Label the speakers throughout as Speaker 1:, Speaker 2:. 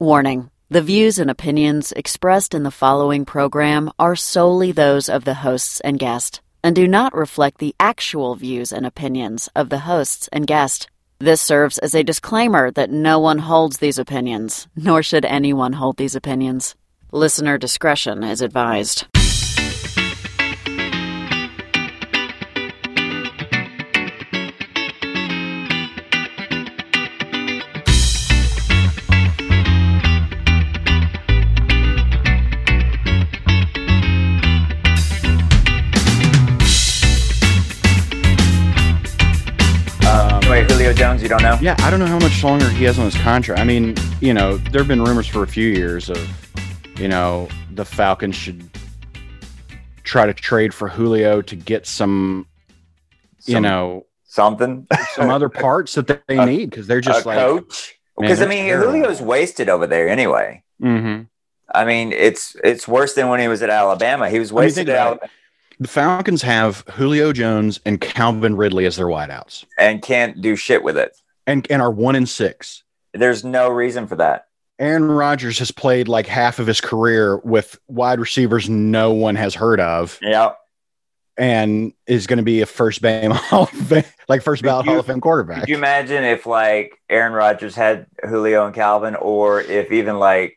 Speaker 1: Warning The views and opinions expressed in the following program are solely those of the hosts and guest and do not reflect the actual views and opinions of the hosts and guest. This serves as a disclaimer that no one holds these opinions, nor should anyone hold these opinions. Listener discretion is advised.
Speaker 2: Um,
Speaker 3: Wait, Julio Jones, you don't know?
Speaker 2: Yeah, I don't know how much longer he has on his contract. I mean, you know, there have been rumors for a few years of, you know, the Falcons should try to trade for Julio to get some, you
Speaker 3: Some-
Speaker 2: know,
Speaker 3: something.
Speaker 2: some other parts that they they
Speaker 3: A-
Speaker 2: need because they're just
Speaker 3: a
Speaker 2: like,
Speaker 3: coach.
Speaker 2: Man,
Speaker 3: Because I
Speaker 2: that's
Speaker 3: mean,
Speaker 2: terrible.
Speaker 3: Julio's wasted over there anyway.
Speaker 2: hmm
Speaker 3: I mean, it's it's worse than when he was at Alabama. He was
Speaker 2: When you
Speaker 3: wasted
Speaker 2: think
Speaker 3: at
Speaker 2: about
Speaker 3: Alabama
Speaker 2: the Falcons have Julio Jones and Calvin Ridley as their wideouts,
Speaker 3: and can't do shit with it.
Speaker 2: and and are one in six.
Speaker 3: There's no reason for that.
Speaker 2: Aaron Rodgers has played like half of his career with wide receivers no one has heard of.
Speaker 3: Yeah,
Speaker 2: and is going to be a first ballot Hall of Fame, like first
Speaker 3: Could
Speaker 2: ballot
Speaker 3: you-
Speaker 2: Hall of Fame quarterback.
Speaker 3: could you imagine if like Aaron Rodgers had Julio and Calvin, or if even like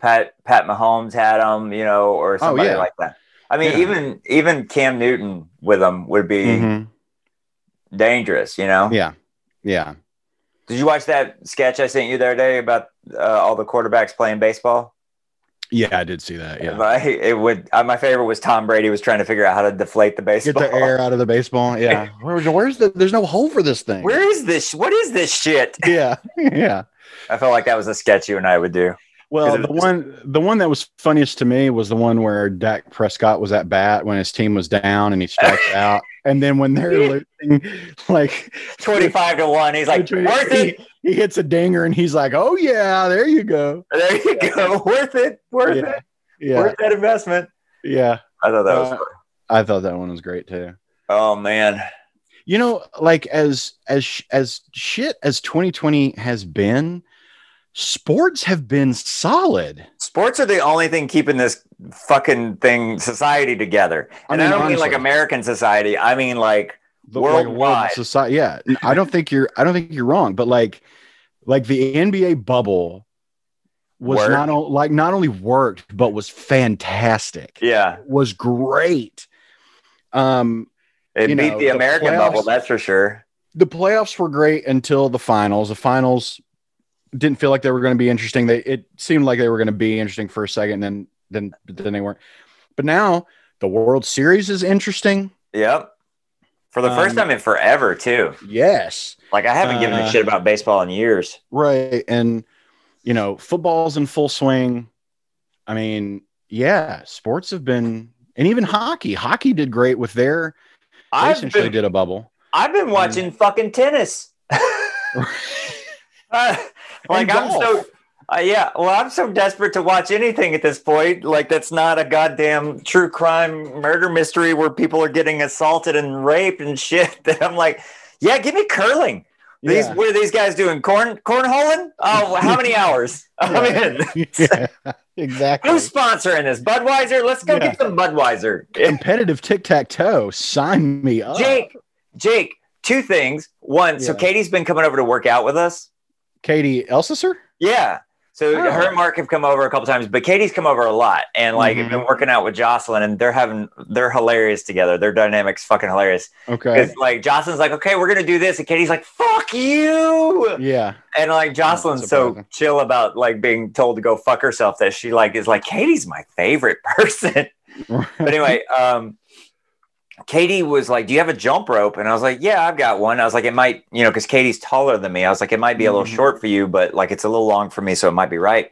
Speaker 3: Pat Pat Mahomes had him, you know, or somebody
Speaker 2: Oh, yeah.
Speaker 3: like that. I mean,
Speaker 2: Yeah.
Speaker 3: even even Cam Newton with him would be
Speaker 2: Mhm.
Speaker 3: dangerous, you know.
Speaker 2: Yeah, yeah.
Speaker 3: Did you watch that sketch I sent you the other day about uh, all the quarterbacks playing baseball?
Speaker 2: Yeah, I did see that. Yeah,
Speaker 3: My, it would. Uh, my favorite was Tom Brady was trying to figure out how to deflate the
Speaker 2: get
Speaker 3: baseball.
Speaker 2: the air out of the baseball. Yeah, Where- where's the? There's no hole for this thing.
Speaker 3: Where is this? What is this shit?
Speaker 2: Yeah, yeah.
Speaker 3: I felt like that was a sketch you and I would do.
Speaker 2: Well,
Speaker 3: Is it
Speaker 2: the
Speaker 3: just-
Speaker 2: one the one that was funniest to me was the one where Dak Prescott was at bat when his team was down and he strikes out, and then when they're losing, like
Speaker 3: Twenty-five to one. He's like, worth it.
Speaker 2: He, he hits a dinger and he's like, "Oh yeah, there you go."
Speaker 3: There you go. Worth it. Worth
Speaker 2: Yeah.
Speaker 3: it.
Speaker 2: Yeah,
Speaker 3: Worth that investment.
Speaker 2: yeah.
Speaker 3: I thought that was.
Speaker 2: Uh,
Speaker 3: funny.
Speaker 2: I thought that one was great too.
Speaker 3: Oh man.
Speaker 2: you know like as as sh- as shit as 2020 has been sports have been solid
Speaker 3: Sports are the only thing keeping this fucking thing society together.
Speaker 2: I
Speaker 3: And I,
Speaker 2: mean,
Speaker 3: don't mean like
Speaker 2: honestly.
Speaker 3: American society. I mean like
Speaker 2: The- like,
Speaker 3: Worldwide.
Speaker 2: society yeah i don't think you're i don't think you're wrong but like like the nba bubble was
Speaker 3: Worked.
Speaker 2: not o- like not only worked but was fantastic
Speaker 3: yeah.
Speaker 2: was great um
Speaker 3: It
Speaker 2: you
Speaker 3: beat
Speaker 2: know,
Speaker 3: the
Speaker 2: the
Speaker 3: American
Speaker 2: playoffs-
Speaker 3: bubble, that's for sure.
Speaker 2: the playoffs were great until the finals. The finals didn't feel like they were going to be interesting. They it seemed like they were going to be interesting for a second, then then then they weren't. But now the World Series is interesting.
Speaker 3: Yep. For the first
Speaker 2: Um,
Speaker 3: time in forever, too.
Speaker 2: Yes,
Speaker 3: Like I haven't given a
Speaker 2: uh,
Speaker 3: shit about baseball in years.
Speaker 2: right. And you know, football's in full swing. I mean, yeah, sports have been, and even hockey. Hockey did great with their. They
Speaker 3: I've
Speaker 2: essentially
Speaker 3: been,
Speaker 2: did a bubble.
Speaker 3: I've been watching fucking tennis. Uh, like
Speaker 2: And
Speaker 3: I'm so
Speaker 2: golf.
Speaker 3: uh, yeah. Well, I'm so desperate to watch anything at this point. Like that's not a goddamn true crime murder mystery where people are getting assaulted and raped and shit. That I'm like, yeah, give me curling. These
Speaker 2: Yeah.
Speaker 3: what are these guys doing? Corn cornholing? Oh, how many hours? I'm
Speaker 2: Yeah.
Speaker 3: in.
Speaker 2: Yeah, exactly.
Speaker 3: Who's sponsoring this? Budweiser? Let's go
Speaker 2: Yeah.
Speaker 3: get some Budweiser.
Speaker 2: Competitive tic tac toe. Sign me up.
Speaker 3: Jake, Jake, two things. One, so
Speaker 2: Oh. Yeah.
Speaker 3: Katie's been coming over to work out with us.
Speaker 2: Katie Elsesser?
Speaker 3: Yeah. So
Speaker 2: Oh.
Speaker 3: her and Mark have come over a couple times, but Katie's come over a lot and like
Speaker 2: Mhm.
Speaker 3: been working out with Jocelyn and they're having they're hilarious together. Their dynamics fucking hilarious.
Speaker 2: Okay.
Speaker 3: Because like Jocelyn's like, okay, we're gonna do this, and Katie's like, fuck you.
Speaker 2: Yeah.
Speaker 3: And like Jocelyn's so
Speaker 2: surprising.
Speaker 3: chill about like being told to go fuck herself that she like is like, Katie's my favorite person. but anyway, um, Katie was like, "Do you have a jump rope?" And I was like, "Yeah, I've got one." I was like, "It might, you know, because Katie's taller than me." I was like, "It might be a little
Speaker 2: Mhm.
Speaker 3: short for you, but like it's a little long for me, so it might be right."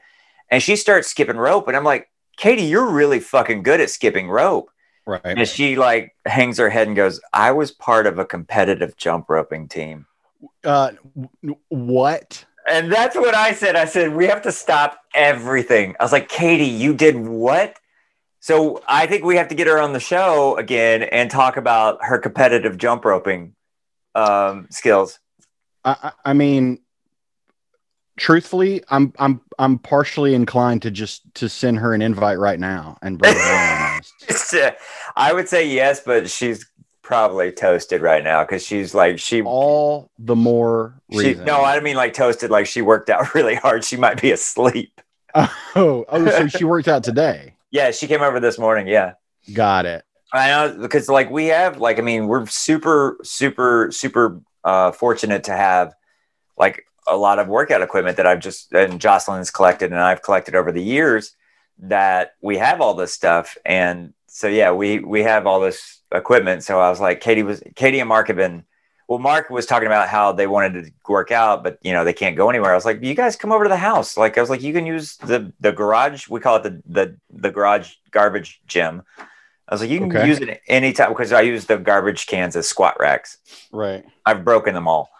Speaker 3: And she starts skipping rope, and I'm like, "Katie, you're really fucking good at skipping rope." And
Speaker 2: right.
Speaker 3: she like hangs her head and goes, "I was part of a competitive jump roping team."
Speaker 2: Uh, w- what?
Speaker 3: And that's what I said. I said, "We have to stop everything." I was like, "Katie, you did what?" So I think we have to get her on the show again and talk about her competitive jump roping um, skills.
Speaker 2: I, I I mean, truthfully, I'm I'm I'm partially inclined to just to send her an invite right now and bring her on.
Speaker 3: It's, uh, I would say yes, but she's probably toasted right now because she's like she.
Speaker 2: All the more
Speaker 3: she
Speaker 2: reason.
Speaker 3: no, I mean like toasted. Like she worked out really hard. She might be asleep.
Speaker 2: oh, oh, so she worked out today.
Speaker 3: Yeah, she came over this morning. Yeah,
Speaker 2: Got it.
Speaker 3: I know because like we have like I mean we're super super super uh, fortunate to have like a lot of workout equipment that I've just and Jocelyn's collected and I've collected over the years that we have all this stuff and so yeah we we have all this equipment so I was like Katie was Katie and Mark have been well Mark was talking about how they wanted to work out but you know they can't go anywhere I was like you guys come over to the house like I was like you can use the the garage we call it the the the garage garbage gym I was like you can
Speaker 2: Okay.
Speaker 3: use it anytime because I use the garbage cans as squat racks
Speaker 2: Right.
Speaker 3: I've broken them all.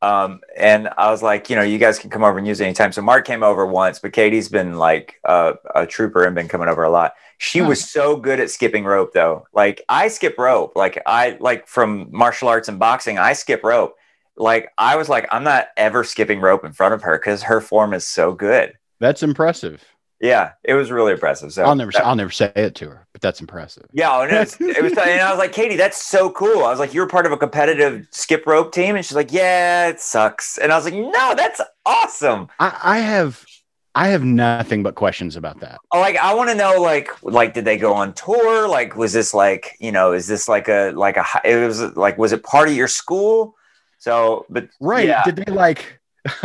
Speaker 3: Um, and I was like, you know, you guys can come over and use it anytime. So Mark came over once, but Katie's been like uh, a trooper and been coming over a lot. She was so good at skipping rope though. Like I skip rope, like I like from martial arts and boxing, I skip rope. Like I was like, I'm not ever skipping rope in front of her because her form is so good.
Speaker 2: That's impressive.
Speaker 3: Yeah, it was really impressive. So
Speaker 2: I'll never
Speaker 3: that-
Speaker 2: I'll never say it to her, but that's impressive.
Speaker 3: yeah, and it was, it was, and I was like, Katie, that's so cool. I was like, you're part of a competitive skip rope team, and she's like, yeah, it sucks. And I was like, no, that's awesome.
Speaker 2: I, I have I have nothing but questions about that.
Speaker 3: Like, I want to know, like, like, did they go on tour? Like, was this like, you know, is this like a like a hi- it was like was it part of your school? So, but
Speaker 2: Right.
Speaker 3: Yeah.
Speaker 2: Did they like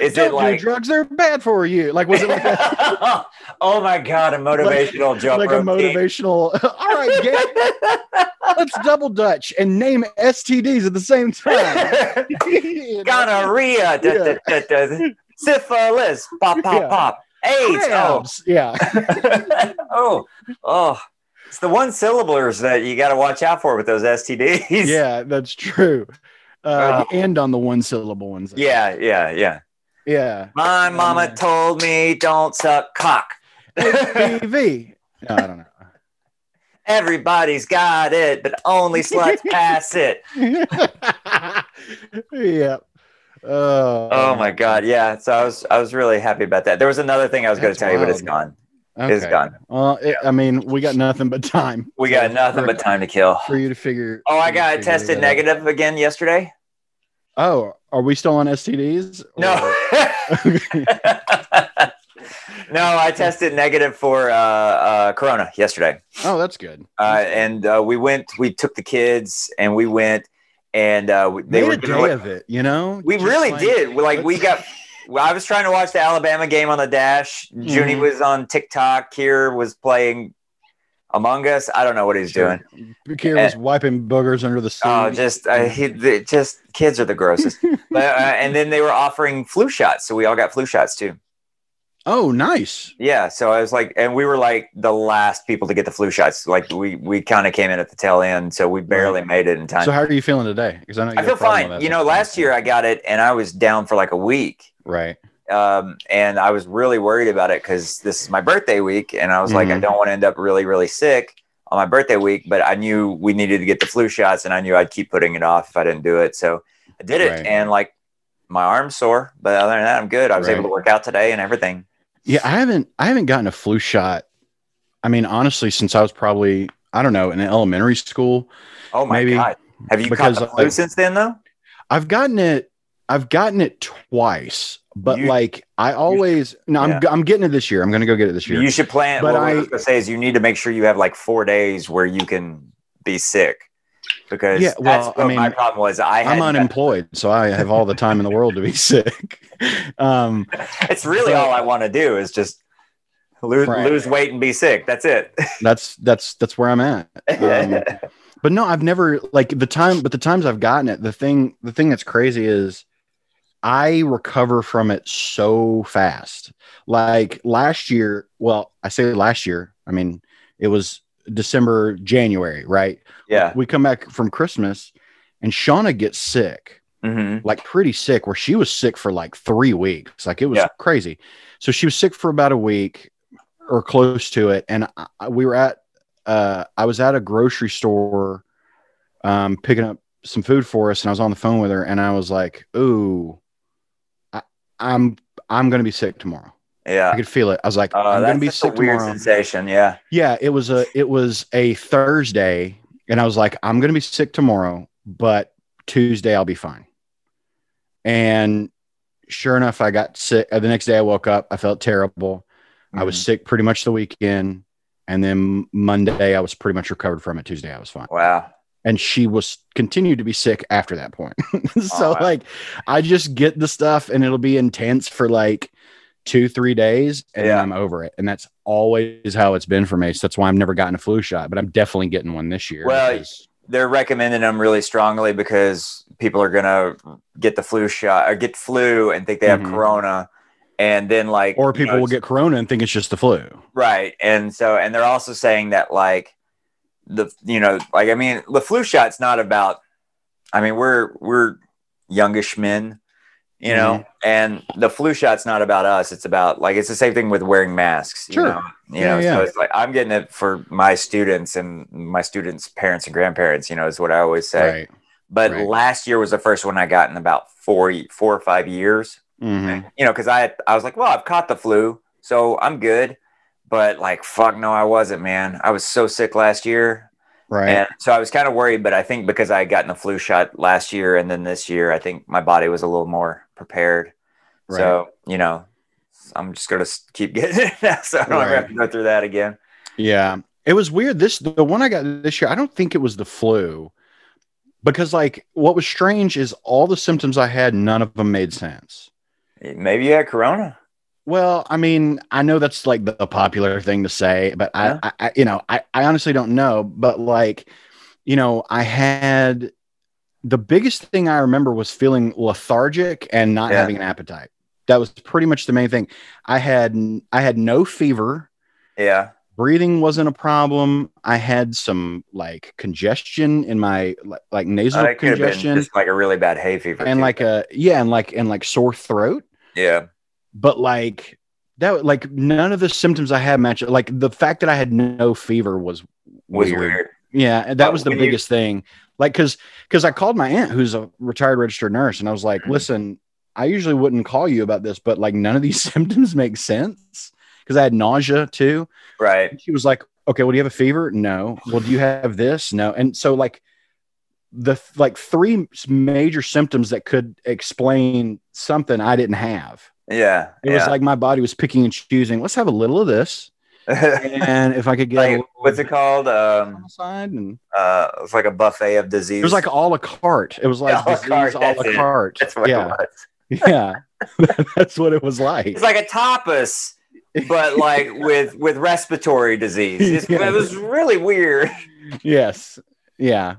Speaker 3: is
Speaker 2: don't
Speaker 3: it like?
Speaker 2: do drugs, they're bad for you. Like was it like a,
Speaker 3: oh my god, a motivational jump
Speaker 2: like a
Speaker 3: rope team.
Speaker 2: motivational all right, Gabe, let's double dutch and name STDs at the same time. You know?
Speaker 3: Gonorrhea, da, da, da, da, syphilis, pop, pop,
Speaker 2: Yeah.
Speaker 3: pop, AIDS. Oh,
Speaker 2: Crabs. Yeah.
Speaker 3: oh, oh. It's the one syllablers that you got to watch out for with those STDs.
Speaker 2: Yeah, that's true. Uh,
Speaker 3: Uh,
Speaker 2: you end on the one syllable ones.
Speaker 3: Yeah, yeah, yeah.
Speaker 2: Yeah.
Speaker 3: My mama
Speaker 2: man.
Speaker 3: told me don't suck cock.
Speaker 2: TV. No, I don't know.
Speaker 3: Everybody's got it, but only sluts pass it.
Speaker 2: yeah. Uh,
Speaker 3: Oh my god, yeah. So I was I was really happy about that. There was another thing I was going
Speaker 2: That's
Speaker 3: to tell you, but it's
Speaker 2: wild,
Speaker 3: gone. It's gone.
Speaker 2: Well, it, I mean, we got nothing but time.
Speaker 3: We got nothing but time to kill.
Speaker 2: for you to figure.
Speaker 3: Oh, I
Speaker 2: for you to
Speaker 3: got
Speaker 2: figure
Speaker 3: tested
Speaker 2: that out.
Speaker 3: negative again yesterday.
Speaker 2: Oh, are we still on STDs?
Speaker 3: No. no, I tested negative for uh, uh, Corona yesterday.
Speaker 2: oh, that's good.
Speaker 3: Uh, and uh, we went, we took the kids and we went and uh, we- they
Speaker 2: Made
Speaker 3: were,
Speaker 2: a
Speaker 3: giving
Speaker 2: day
Speaker 3: away-
Speaker 2: of it, you know.
Speaker 3: we
Speaker 2: Just
Speaker 3: really
Speaker 2: like-
Speaker 3: did. We, Like we
Speaker 2: let's-
Speaker 3: got, well, I was trying to watch the Alabama game on the dash. Junie
Speaker 2: Mhm.
Speaker 3: was on TikTok. Kier was playing Among Us. I don't know what he's doing. Eh.
Speaker 2: Bakir was wiping boogers under the seat.
Speaker 3: Oh, just uh, he, the, just kids are the grossest. but, uh, and then they were offering flu shots, so we all got flu shots too.
Speaker 2: oh, nice.
Speaker 3: Yeah, so I was like, and we were like the last people to get the flu shots. Like we we kind of came in at the tail end, so we barely made it in time.
Speaker 2: So, how are you feeling today? Because I know you
Speaker 3: I
Speaker 2: had
Speaker 3: feel
Speaker 2: a problem with
Speaker 3: fine.
Speaker 2: that
Speaker 3: You know, last year I got it and I was down for like a week,
Speaker 2: right?
Speaker 3: um, and I was really worried about it because this is my birthday week, and I was like, I
Speaker 2: Mhm.
Speaker 3: don't want to end up really really sick on my birthday week. But I knew we needed to get the flu shots, and I knew I'd keep putting it off if I didn't do it. So I did it,
Speaker 2: Right.
Speaker 3: and like my arm's sore, but other than that, I'm good. I was
Speaker 2: Right.
Speaker 3: able to work out today and everything.
Speaker 2: Yeah, I haven't. I haven't gotten a flu shot. I mean, honestly, since I was probably I don't know in elementary school,
Speaker 3: Oh my
Speaker 2: Maybe
Speaker 3: god. Have you
Speaker 2: because,
Speaker 3: caught the flu
Speaker 2: like,
Speaker 3: since then though?
Speaker 2: I've gotten it. I've gotten it twice, but
Speaker 3: You-
Speaker 2: like I always. No, I'm. I'm getting it this year. I'm going to go get it this year.
Speaker 3: You should plan.
Speaker 2: But
Speaker 3: what I,
Speaker 2: I-
Speaker 3: was gonna say is you need to make sure you have like four days where you can be sick because
Speaker 2: Yeah,
Speaker 3: that's
Speaker 2: well,
Speaker 3: what
Speaker 2: I mean,
Speaker 3: my problem was. I had,
Speaker 2: I'm unemployed, so I have all the time in the world to be sick. Um,
Speaker 3: It's really all I want to do is just lose
Speaker 2: Right.
Speaker 3: lose weight and be sick. That's it.
Speaker 2: that's that's that's where I'm at. Um, but no, I've never like the time. But the times I've gotten it, the thing the thing that's crazy is I recover from it so fast. Like last year, well, I say last year. I mean, it was December, January, right?
Speaker 3: yeah.
Speaker 2: We come back from Christmas, and Shauna gets sick.
Speaker 3: hmm
Speaker 2: like pretty sick where she was sick for like three weeks like it was
Speaker 3: Yeah.
Speaker 2: crazy so she was sick for about a week or close to it and I- I, we were at uh, i was at a grocery store um, picking up some food for us and i was on the phone with her and i was like ooh I, I'm I'm gonna be sick tomorrow. I
Speaker 3: Yeah.
Speaker 2: could feel it. I was like,
Speaker 3: Uh,
Speaker 2: I'm
Speaker 3: that's
Speaker 2: gonna be
Speaker 3: just
Speaker 2: sick
Speaker 3: a weird
Speaker 2: tomorrow.
Speaker 3: sensation. Yeah.
Speaker 2: Yeah, it was a it was a Thursday, and I was like, I'm gonna be sick tomorrow, but Tuesday I'll be fine. And sure enough, I got sick. uh, The next day I woke up, I felt terrible. I
Speaker 3: Mm-hmm.
Speaker 2: was sick pretty much the weekend, and then Monday I was pretty much recovered from it. Tuesday I was fine,
Speaker 3: Mm-hmm. Wow.
Speaker 2: and she was continued to be sick after that point. so
Speaker 3: Oh, wow.
Speaker 2: like, I just get the stuff, and it'll be intense for like two three days and then
Speaker 3: Yeah.
Speaker 2: i'm over it and that's always how it's been for me so that's why i've never gotten a flu shot but i'm definitely getting one this year
Speaker 3: Well,
Speaker 2: because-
Speaker 3: They're recommending them really strongly because people are gonna get the flu shot or get flu and think they have
Speaker 2: Mhm.
Speaker 3: corona, and then like
Speaker 2: or
Speaker 3: you
Speaker 2: people
Speaker 3: know,
Speaker 2: will get corona and think it's just the flu
Speaker 3: Right. And so, and they're also saying that, like, the, you know, like, I mean, the flu shot's not about, I mean, we're, we're youngish men, you know,
Speaker 2: Mm-hmm.
Speaker 3: and the flu shot's not about us. It's about, like, it's the same thing with wearing masks. You
Speaker 2: Sure.
Speaker 3: Know? You
Speaker 2: Yeah,
Speaker 3: know,
Speaker 2: yeah.
Speaker 3: so it's like, I'm getting it for my students and my students' parents and grandparents, you know, is what I always say.
Speaker 2: right
Speaker 3: But
Speaker 2: right.
Speaker 3: last year was the first one I got in about four, ye- four or five years
Speaker 2: Mhm.
Speaker 3: you know, because I I was like, well, I've caught the flu, so I'm good. But like, fuck no, I wasn't, man. I was so sick last year,
Speaker 2: right
Speaker 3: and so I was kind of worried. But I think because I had gotten the flu shot last year and then this year, I think my body was a little more prepared.
Speaker 2: right
Speaker 3: So you know, I'm just gonna s- keep getting it now, so I don't ever have to go through that again.
Speaker 2: Yeah. It was weird. This the one I got this year, I don't think it was the flu. Because like what was strange is all the symptoms I had, none of them made sense.
Speaker 3: Maybe you had corona.
Speaker 2: Well, I mean, I know that's like the popular thing to say, but I,
Speaker 3: Yeah.
Speaker 2: I, I you know, I, I honestly don't know. But like, you know, I had the biggest thing I remember was feeling lethargic and not
Speaker 3: Yeah.
Speaker 2: having an appetite. That was pretty much the main thing. I had I had no fever.
Speaker 3: Yeah,
Speaker 2: breathing wasn't a problem. I had some like congestion in my like, like nasal
Speaker 3: Uh, it could have been
Speaker 2: congestion
Speaker 3: just like a really bad hay fever
Speaker 2: and
Speaker 3: too.
Speaker 2: like a yeah and like and like sore throat.
Speaker 3: yeah,
Speaker 2: But like that like none of the symptoms I had matched. Like the fact that I had no fever was
Speaker 3: was
Speaker 2: weird.
Speaker 3: weird.
Speaker 2: Yeah, and that
Speaker 3: But
Speaker 2: was
Speaker 3: Oh,
Speaker 2: the
Speaker 3: when you-
Speaker 2: biggest thing. Like cuz cuz I called my aunt who's a retired registered nurse and I was like,
Speaker 3: Mhm.
Speaker 2: "Listen, I usually wouldn't call you about this, but like none of these symptoms make sense." Cuz I had nausea too.
Speaker 3: right?
Speaker 2: And she was like, "Okay, well, do you have a fever? No. Well, do you have this? No." And so, like, the like three major symptoms that could explain something I didn't have.
Speaker 3: Yeah,
Speaker 2: It was like my body was picking and choosing. Let's have a little of this,
Speaker 3: like
Speaker 2: and if I could get a
Speaker 3: like
Speaker 2: little
Speaker 3: what's it called? Um,
Speaker 2: side, and
Speaker 3: uh, it's like a buffet of disease.
Speaker 2: it was like all a carte. It was like
Speaker 3: A la
Speaker 2: disease
Speaker 3: carte,
Speaker 2: all
Speaker 3: that's
Speaker 2: a
Speaker 3: it.
Speaker 2: carte.
Speaker 3: that's what it
Speaker 2: Yeah,
Speaker 3: was.
Speaker 2: yeah, that's what it was like.
Speaker 3: It's like a tapas, but like with with respiratory disease. It's-
Speaker 2: Yeah.
Speaker 3: It was really weird.
Speaker 2: yes, yeah,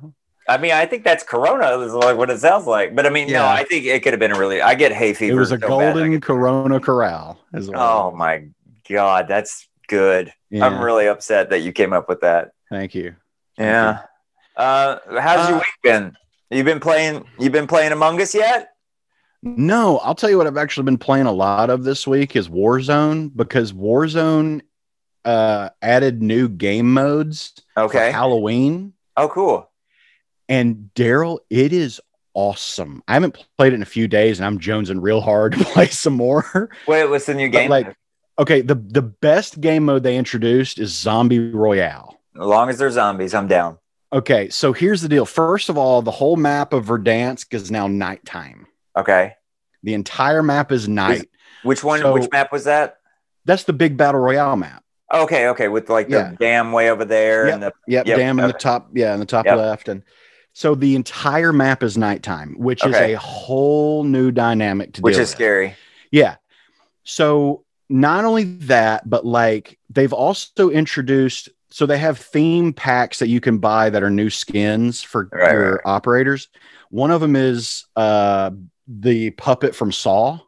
Speaker 3: I mean, I think that's corona. Is like what it sounds like. But I mean, no,
Speaker 2: Yeah.
Speaker 3: I think it could have been a really. I get hay fever.
Speaker 2: it was a
Speaker 3: so bad.
Speaker 2: golden Corona Corral. Is what it
Speaker 3: Oh
Speaker 2: was.
Speaker 3: my god, that's good. I'm
Speaker 2: Yeah,
Speaker 3: really upset that you came up with that.
Speaker 2: thank you. Thank
Speaker 3: Yeah. Uh, how's
Speaker 2: Uh,
Speaker 3: your week been? You've been playing. You've been playing Among Us yet?
Speaker 2: No, I'll tell you what I've actually been playing a lot of this week is Warzone because Warzone uh added new game modes for
Speaker 3: Okay.
Speaker 2: Halloween
Speaker 3: Oh, cool.
Speaker 2: and Daryl it is awesome. I haven't played it in a few days and I'm jonesing real hard to play some more.
Speaker 3: Wait, what's the new
Speaker 2: But
Speaker 3: game?
Speaker 2: like okay, the the best game mode they introduced is Zombie Royale.
Speaker 3: As long as they're zombies, I'm down.
Speaker 2: Okay, so here's the deal. First of all, the whole map of Verdansk is now nighttime.
Speaker 3: Okay.
Speaker 2: The entire map is night.
Speaker 3: Which one?
Speaker 2: So-
Speaker 3: which map was that?
Speaker 2: That's the big battle royale map.
Speaker 3: Okay. Okay. With like the
Speaker 2: Yeah.
Speaker 3: dam way over there and the
Speaker 2: Yep,
Speaker 3: Yep,
Speaker 2: dam in the
Speaker 3: okay.
Speaker 2: top. Yeah, in the top
Speaker 3: Yep.
Speaker 2: left. And so the entire map is nighttime, which
Speaker 3: Okay.
Speaker 2: is a whole new dynamic to
Speaker 3: which
Speaker 2: deal
Speaker 3: is
Speaker 2: with.
Speaker 3: scary.
Speaker 2: Yeah. So not only that, but like they've also introduced so they have theme packs that you can buy that are new skins for
Speaker 3: Right,
Speaker 2: your
Speaker 3: right, right.
Speaker 2: operators. One of them is uh the puppet from Saw.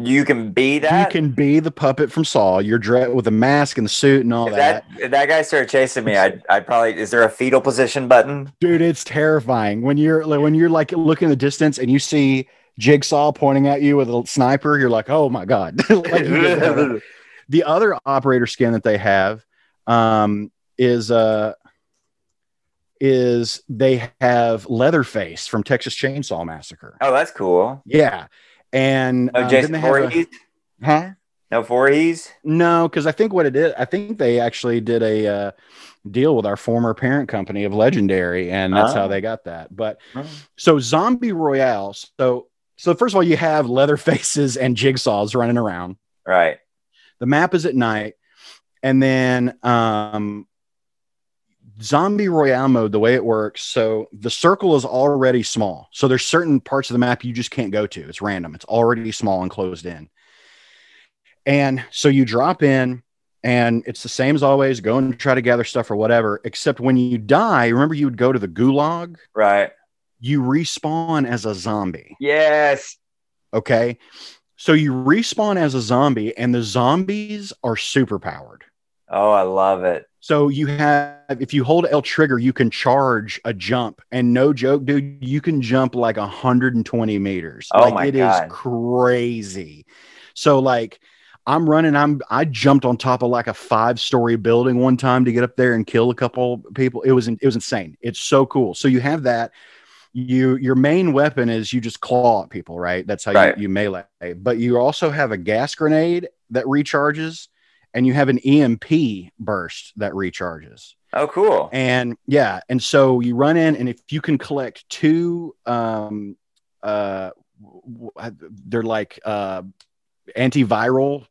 Speaker 3: You can be
Speaker 2: You
Speaker 3: that.
Speaker 2: can be the puppet from Saw. You're dre- with a mask and the suit and all
Speaker 3: if that, if that guy started chasing me, I'd, I'd probably. Is there a fetal position button?
Speaker 2: dude it's terrifying when you're like when you're like looking in the distance and you see jigsaw pointing at you with a sniper you're like oh my god Like, you get that. the other operator skin that they have um is uh is they have leatherface from texas chainsaw massacre
Speaker 3: oh, that's cool.
Speaker 2: yeah And
Speaker 3: No
Speaker 2: um, then
Speaker 3: Oh, Jason
Speaker 2: they have a-
Speaker 3: Voorhees.
Speaker 2: huh?
Speaker 3: No Voorhees.
Speaker 2: No, because I think what it is, I think they actually did a uh, deal with our former parent company of Legendary, and that's
Speaker 3: Oh.
Speaker 2: how they got that. But
Speaker 3: Oh.
Speaker 2: so Zombie Royale. So so first of all, you have leather faces and jigsaws running around.
Speaker 3: Right.
Speaker 2: The map is at night, and then um, Zombie Royale mode. The way it works, so the circle is already small. So there's certain parts of the map you just can't go to. It's random. It's already small and closed in. And so you drop in, and it's the same as always. Go and try to gather stuff or whatever. Except when you die, remember you would go to the gulag.
Speaker 3: Right.
Speaker 2: You respawn as a zombie.
Speaker 3: Yes.
Speaker 2: Okay. So you respawn as a zombie, and the zombies are super powered.
Speaker 3: Oh, I love it.
Speaker 2: So you have, if you hold L trigger, you can charge a jump, and no joke, dude, you can jump like 120 meters.
Speaker 3: Oh
Speaker 2: like
Speaker 3: my
Speaker 2: it is
Speaker 3: God.
Speaker 2: crazy. So like, I'm running. I'm I jumped on top of like a five story building one time to get up there and kill a couple people. It was in- it was insane. It's so cool. So you have that. You your main weapon is you just claw at people, right? That's how
Speaker 3: Right.
Speaker 2: You, you melee. But you also have a gas grenade that recharges and you have an EMP burst that recharges.
Speaker 3: Oh, cool.
Speaker 2: And yeah, and so you run in, and if you can collect two, um, uh, w- w- they're like uh, antiviral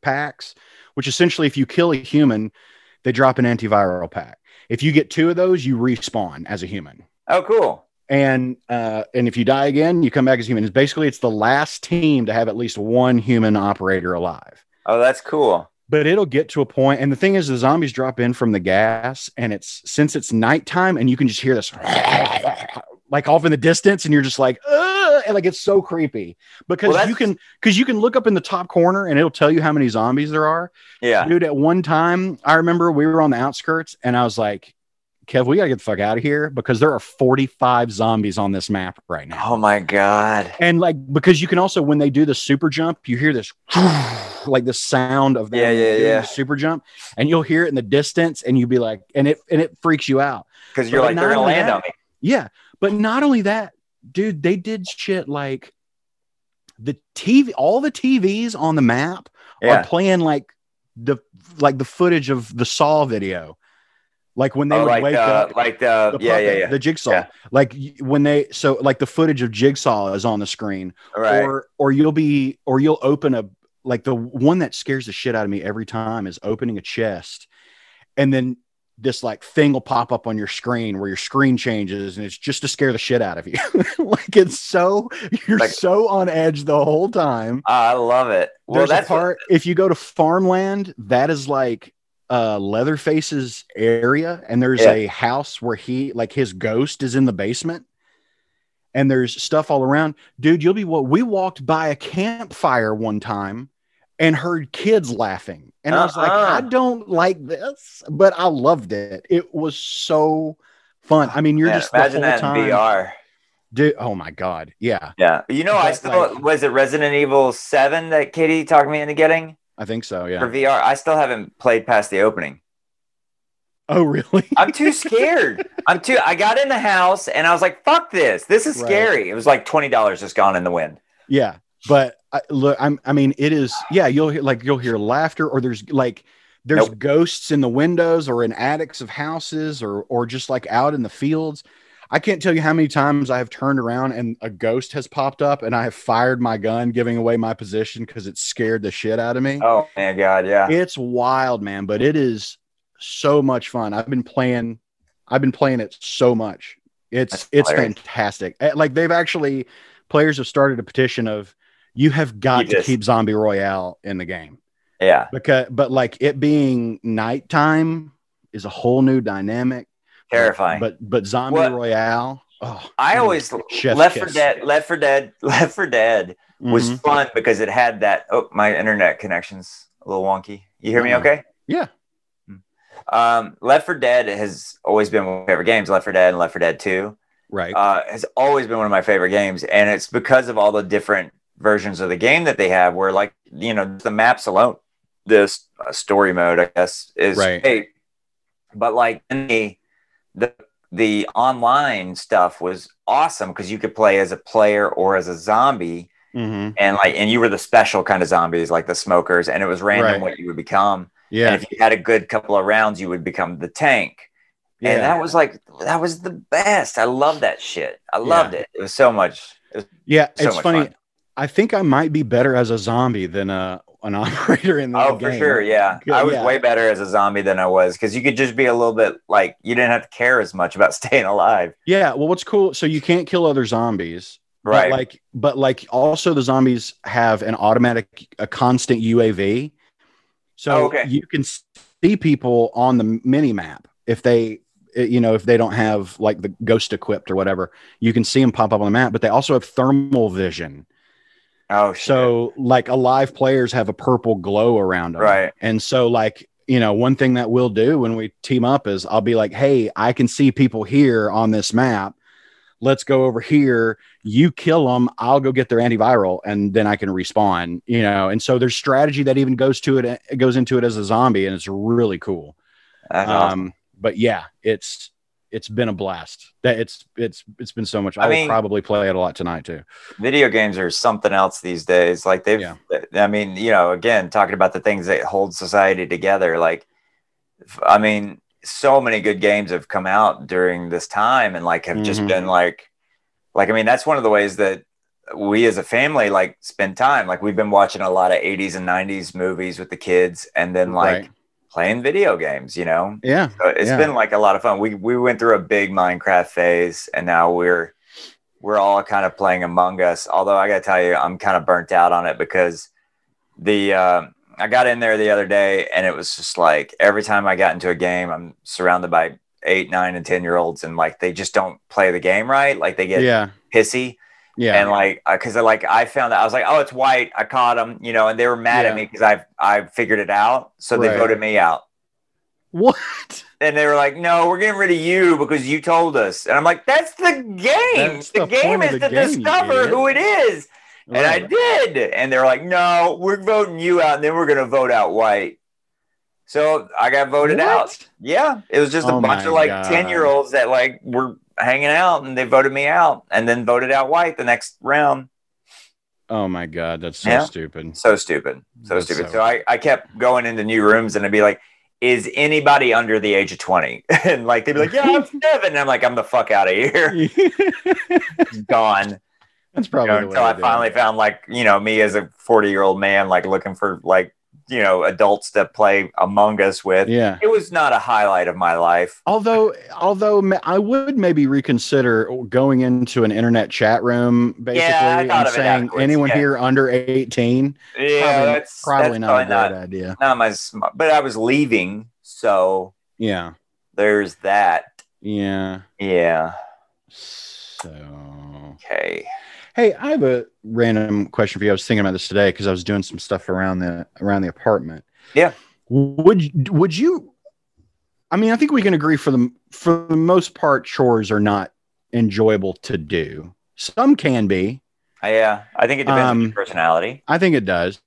Speaker 2: packs, which essentially, if you kill a human, they drop an antiviral pack. If you get two of those, you respawn as a human
Speaker 3: Oh, cool.
Speaker 2: and uh, and if you die again, you come back as humans. Basically, it's the last team to have at least one human operator alive.
Speaker 3: Oh, that's cool.
Speaker 2: But it'll get to a point, and the thing is, the zombies drop in from the gas, and it's since it's nighttime, and you can just hear this like off in the distance, and you're just like, Ugh! and like it's so creepy because
Speaker 3: Well, that's-
Speaker 2: you can because you can look up in the top corner, and it'll tell you how many zombies there are.
Speaker 3: Yeah.
Speaker 2: Dude, at one time, I remember we were on the outskirts and I was like, Kev, we gotta get the fuck out of here because there are 45 zombies on this map right now.
Speaker 3: Oh my God.
Speaker 2: And like, because you can also, when they do the super jump, you hear this like the sound of them
Speaker 3: Yeah, yeah,
Speaker 2: doing
Speaker 3: yeah.
Speaker 2: the super jump, and you'll hear it in the distance, and you'll be like, and it and it freaks you out.
Speaker 3: Because you're
Speaker 2: But
Speaker 3: like
Speaker 2: not
Speaker 3: they're gonna
Speaker 2: only
Speaker 3: land
Speaker 2: that-
Speaker 3: on me.
Speaker 2: Yeah. But not only that, dude, they did shit like the TV, all the TVs on the map
Speaker 3: Yeah.
Speaker 2: are playing like the like the footage of the Saw video, like when they
Speaker 3: oh,
Speaker 2: would
Speaker 3: like
Speaker 2: wake
Speaker 3: the
Speaker 2: up.
Speaker 3: like the,
Speaker 2: the
Speaker 3: yeah yeah
Speaker 2: puppet,
Speaker 3: yeah
Speaker 2: the jigsaw,
Speaker 3: Yeah.
Speaker 2: like y- when they so like the footage of jigsaw is on the screen,
Speaker 3: right.
Speaker 2: or or you'll be or you'll open a like the one that scares the shit out of me every time is opening a chest, and then this like thing will pop up on your screen where your screen changes and it's just to scare the shit out of you. like it's so you're
Speaker 3: Like-
Speaker 2: so on edge the whole time
Speaker 3: Ah, I love it. Well,
Speaker 2: there's
Speaker 3: that's
Speaker 2: a part if you go to farmland that is like uh leatherface's area and there's
Speaker 3: Yeah.
Speaker 2: a house where he like his ghost is in the basement and there's stuff all around dude you'll be what we walked by a campfire one time and heard kids laughing and i was like
Speaker 3: Uh-uh.
Speaker 2: i don't like this but i loved it it was so fun i mean you're
Speaker 3: man,
Speaker 2: just the
Speaker 3: imagine
Speaker 2: whole
Speaker 3: that
Speaker 2: time
Speaker 3: in VR.
Speaker 2: dude oh my god yeah
Speaker 3: Yeah, you know, I
Speaker 2: But,
Speaker 3: still
Speaker 2: like-
Speaker 3: was it Resident Evil Seven that Katie talked me into getting
Speaker 2: i think so
Speaker 3: for
Speaker 2: yeah
Speaker 3: VR. I still haven't played past the opening.
Speaker 2: oh really
Speaker 3: I'm too scared. I'm too. I got in the house and I was like, "Fuck this! This is
Speaker 2: Right.
Speaker 3: scary." It was like twenty dollars just gone in the wind.
Speaker 2: Yeah, but I, look, I'm. I mean, it is. Yeah, you'll hear like you'll hear laughter, or there's like there's
Speaker 3: Nope.
Speaker 2: ghosts in the windows, or in attics of houses, or or just like out in the fields. I can't tell you how many times I have turned around and a ghost has popped up, and I have fired my gun, giving away my position because it scared the shit out of me.
Speaker 3: Oh my god, yeah.
Speaker 2: It's wild, man, but it is so much fun. I've been playing I've been playing it so much. It's
Speaker 3: That's
Speaker 2: it's
Speaker 3: hilarious.
Speaker 2: fantastic. Eh, Like they've actually players have started a petition of you have got
Speaker 3: Keep
Speaker 2: to
Speaker 3: this.
Speaker 2: keep Zombie Royale in the game.
Speaker 3: yeah,
Speaker 2: Because but like it being nighttime is a whole new dynamic.
Speaker 3: terrifying.
Speaker 2: But but Zombie
Speaker 3: What-
Speaker 2: Royale, oh
Speaker 3: I
Speaker 2: man,
Speaker 3: always
Speaker 2: chef's
Speaker 3: Left for
Speaker 2: kiss.
Speaker 3: Dead, Left for Dead, Left for Dead was
Speaker 2: mhm.
Speaker 3: fun because it had that. Oh, my internet connection's a little wonky. You hear me?
Speaker 2: Uh-uh.
Speaker 3: Okay. Mm.
Speaker 2: Yeah.
Speaker 3: Um, Left for Dead has always been one of my favorite games. Left for Dead and Left for Dead Two
Speaker 2: right.
Speaker 3: uh, has always been one of my favorite games, and it's because of all the different versions of the game that they have. Where like you know the maps alone, this uh, story mode, I guess, is
Speaker 2: Right.
Speaker 3: great. But like in the the the online stuff was awesome because you could play as a player or as a zombie,
Speaker 2: hmm
Speaker 3: and like and you were the special kind of zombies like the smokers and it was random
Speaker 2: Right.
Speaker 3: what you would become
Speaker 2: Yeah.
Speaker 3: and if you had a good couple of rounds you would become the tank
Speaker 2: yeah.
Speaker 3: and that was like that was the best i love that shit i loved it it was so much it was
Speaker 2: yeah.
Speaker 3: so
Speaker 2: it's
Speaker 3: much
Speaker 2: funny.
Speaker 3: fun.
Speaker 2: I think I might be better as a zombie than a, an operator in the
Speaker 3: oh
Speaker 2: game.
Speaker 3: for sure yeah
Speaker 2: Yeah,
Speaker 3: i was
Speaker 2: yeah.
Speaker 3: way better as a zombie than i was because you could just be a little bit like you didn't have to care as much about staying alive
Speaker 2: Yeah. Well, what's cool? So you can't kill other zombies.
Speaker 3: right
Speaker 2: But like, but like, also the zombies have an automatic, a constant UAV, so
Speaker 3: Oh, okay.
Speaker 2: you can see people on the mini map if they, eh, you know, if they don't have like the ghost equipped or whatever, you can see them pop up on the map. But they also have thermal vision,
Speaker 3: oh shit.
Speaker 2: so like alive players have a purple glow around them,
Speaker 3: right
Speaker 2: and so, like, you know, one thing that we'll do when we team up is I'll be like, hey, I can see people here on this map. Let's go over here. You kill them. I'll go get their antiviral and then I can respawn, you know. And so there's strategy that even goes to it, it goes into it as a zombie, and it's really cool.
Speaker 3: That's awesome.
Speaker 2: Um, but yeah, it's it's been a blast. That it's it's it's been so much.
Speaker 3: I
Speaker 2: I, will
Speaker 3: mean-
Speaker 2: probably play it a lot tonight too.
Speaker 3: video games are something else these days like they've
Speaker 2: Yeah.
Speaker 3: i mean you know again talking about the things that hold society together like f- i mean so many good games have come out during this time and like have just
Speaker 2: Mhm.
Speaker 3: been like like i mean that's one of the ways that we as a family like spend time like we've been watching a lot of 80s and 90s movies with the kids and then like
Speaker 2: Right.
Speaker 3: playing video games you know
Speaker 2: Yeah,
Speaker 3: so it's
Speaker 2: Yeah.
Speaker 3: been like a lot of fun. We we went through a big Minecraft phase, and now we're we're all kind of playing Among Us. Although I gotta tell you, I'm kind of burnt out on it because the uh, I got in there the other day, and it was just like every time I got into a game, I'm surrounded by eight, nine, and ten year olds, and like they just don't play the game right. Like they get
Speaker 2: yeah,
Speaker 3: pissy
Speaker 2: yeah.
Speaker 3: and like because like i found out i was like oh it's white i caught them you know and they were mad at
Speaker 2: Yeah.
Speaker 3: me because i i figured it out so they
Speaker 2: Right.
Speaker 3: voted me out
Speaker 2: What?
Speaker 3: and they were like no we're getting rid of you because you told us and i'm like that's the game
Speaker 2: That's
Speaker 3: the,
Speaker 2: the
Speaker 3: game
Speaker 2: point
Speaker 3: is
Speaker 2: of
Speaker 3: to
Speaker 2: the game, you
Speaker 3: discover
Speaker 2: idiot."
Speaker 3: who it is and i
Speaker 2: Right.
Speaker 3: did and they were like no we're voting you out and then we're going to vote out white so i got voted
Speaker 2: What?
Speaker 3: out yeah, it was just a
Speaker 2: Oh
Speaker 3: bunch
Speaker 2: my
Speaker 3: of like
Speaker 2: God.
Speaker 3: ten year olds that like were hanging out, and they voted me out, and then voted out white the next round.
Speaker 2: Oh my god, that's so
Speaker 3: Yeah.
Speaker 2: stupid.
Speaker 3: So stupid, so
Speaker 2: That's
Speaker 3: stupid. So,
Speaker 2: so-
Speaker 3: I, I kept going into new rooms, and I'd be like, "Is anybody under the age of 20? and like they'd be like, "Yeah, I'm seven. and I'm like, "I'm the fuck out of here, gone."
Speaker 2: That's
Speaker 3: You
Speaker 2: probably
Speaker 3: know,
Speaker 2: the way
Speaker 3: until
Speaker 2: to
Speaker 3: I
Speaker 2: do it.
Speaker 3: finally found like you know me as a forty year old man like looking for like you know adults to play Among Us with.
Speaker 2: Yeah.
Speaker 3: It was not a highlight of my life.
Speaker 2: Although, although ma- I would maybe reconsider going into an internet chat room, basically,
Speaker 3: I thought
Speaker 2: and
Speaker 3: of it
Speaker 2: saying
Speaker 3: afterwards,
Speaker 2: anyone
Speaker 3: yeah.
Speaker 2: here under eighteen,
Speaker 3: Yeah,
Speaker 2: probably,
Speaker 3: that's
Speaker 2: probably
Speaker 3: that's
Speaker 2: not a great idea.
Speaker 3: not my sm- but I was leaving, so
Speaker 2: Yeah,
Speaker 3: there's that.
Speaker 2: yeah.
Speaker 3: Yeah.
Speaker 2: So,
Speaker 3: Okay.
Speaker 2: hey, I have a random question for you. I was thinking about this today because I was doing some stuff around the around the apartment.
Speaker 3: Yeah.
Speaker 2: Would you- would you? I mean, I think we can agree for the for the most part, chores are not enjoyable to do. Some can be.
Speaker 3: Uh, yeah, I think it depends on
Speaker 2: Um,
Speaker 3: your personality.
Speaker 2: I think it does.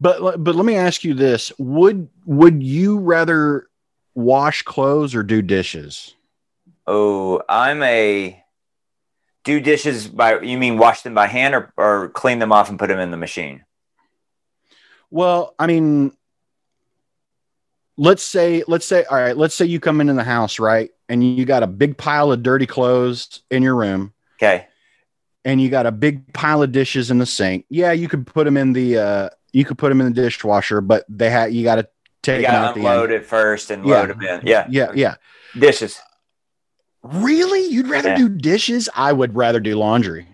Speaker 2: But but let me ask you this: would would you rather wash clothes or do dishes?
Speaker 3: Oh, I'm a do dishes by you mean wash them by hand or, or clean them off and put them in the machine.
Speaker 2: Well, I mean, let's say let's say all right, let's say you come into the house right, and you got a big pile of dirty clothes in your room,
Speaker 3: Okay.
Speaker 2: and you got a big pile of dishes in the sink. Yeah, you could put them in the uh, you could put them in the dishwasher, but they had you got to
Speaker 3: You
Speaker 2: take 'em out
Speaker 3: gotta
Speaker 2: at the end.
Speaker 3: unload it first and
Speaker 2: Yeah.
Speaker 3: load them in. Yeah.
Speaker 2: Yeah, yeah.
Speaker 3: Dishes.
Speaker 2: Really? You'd rather
Speaker 3: Yeah.
Speaker 2: do dishes? I would rather do laundry.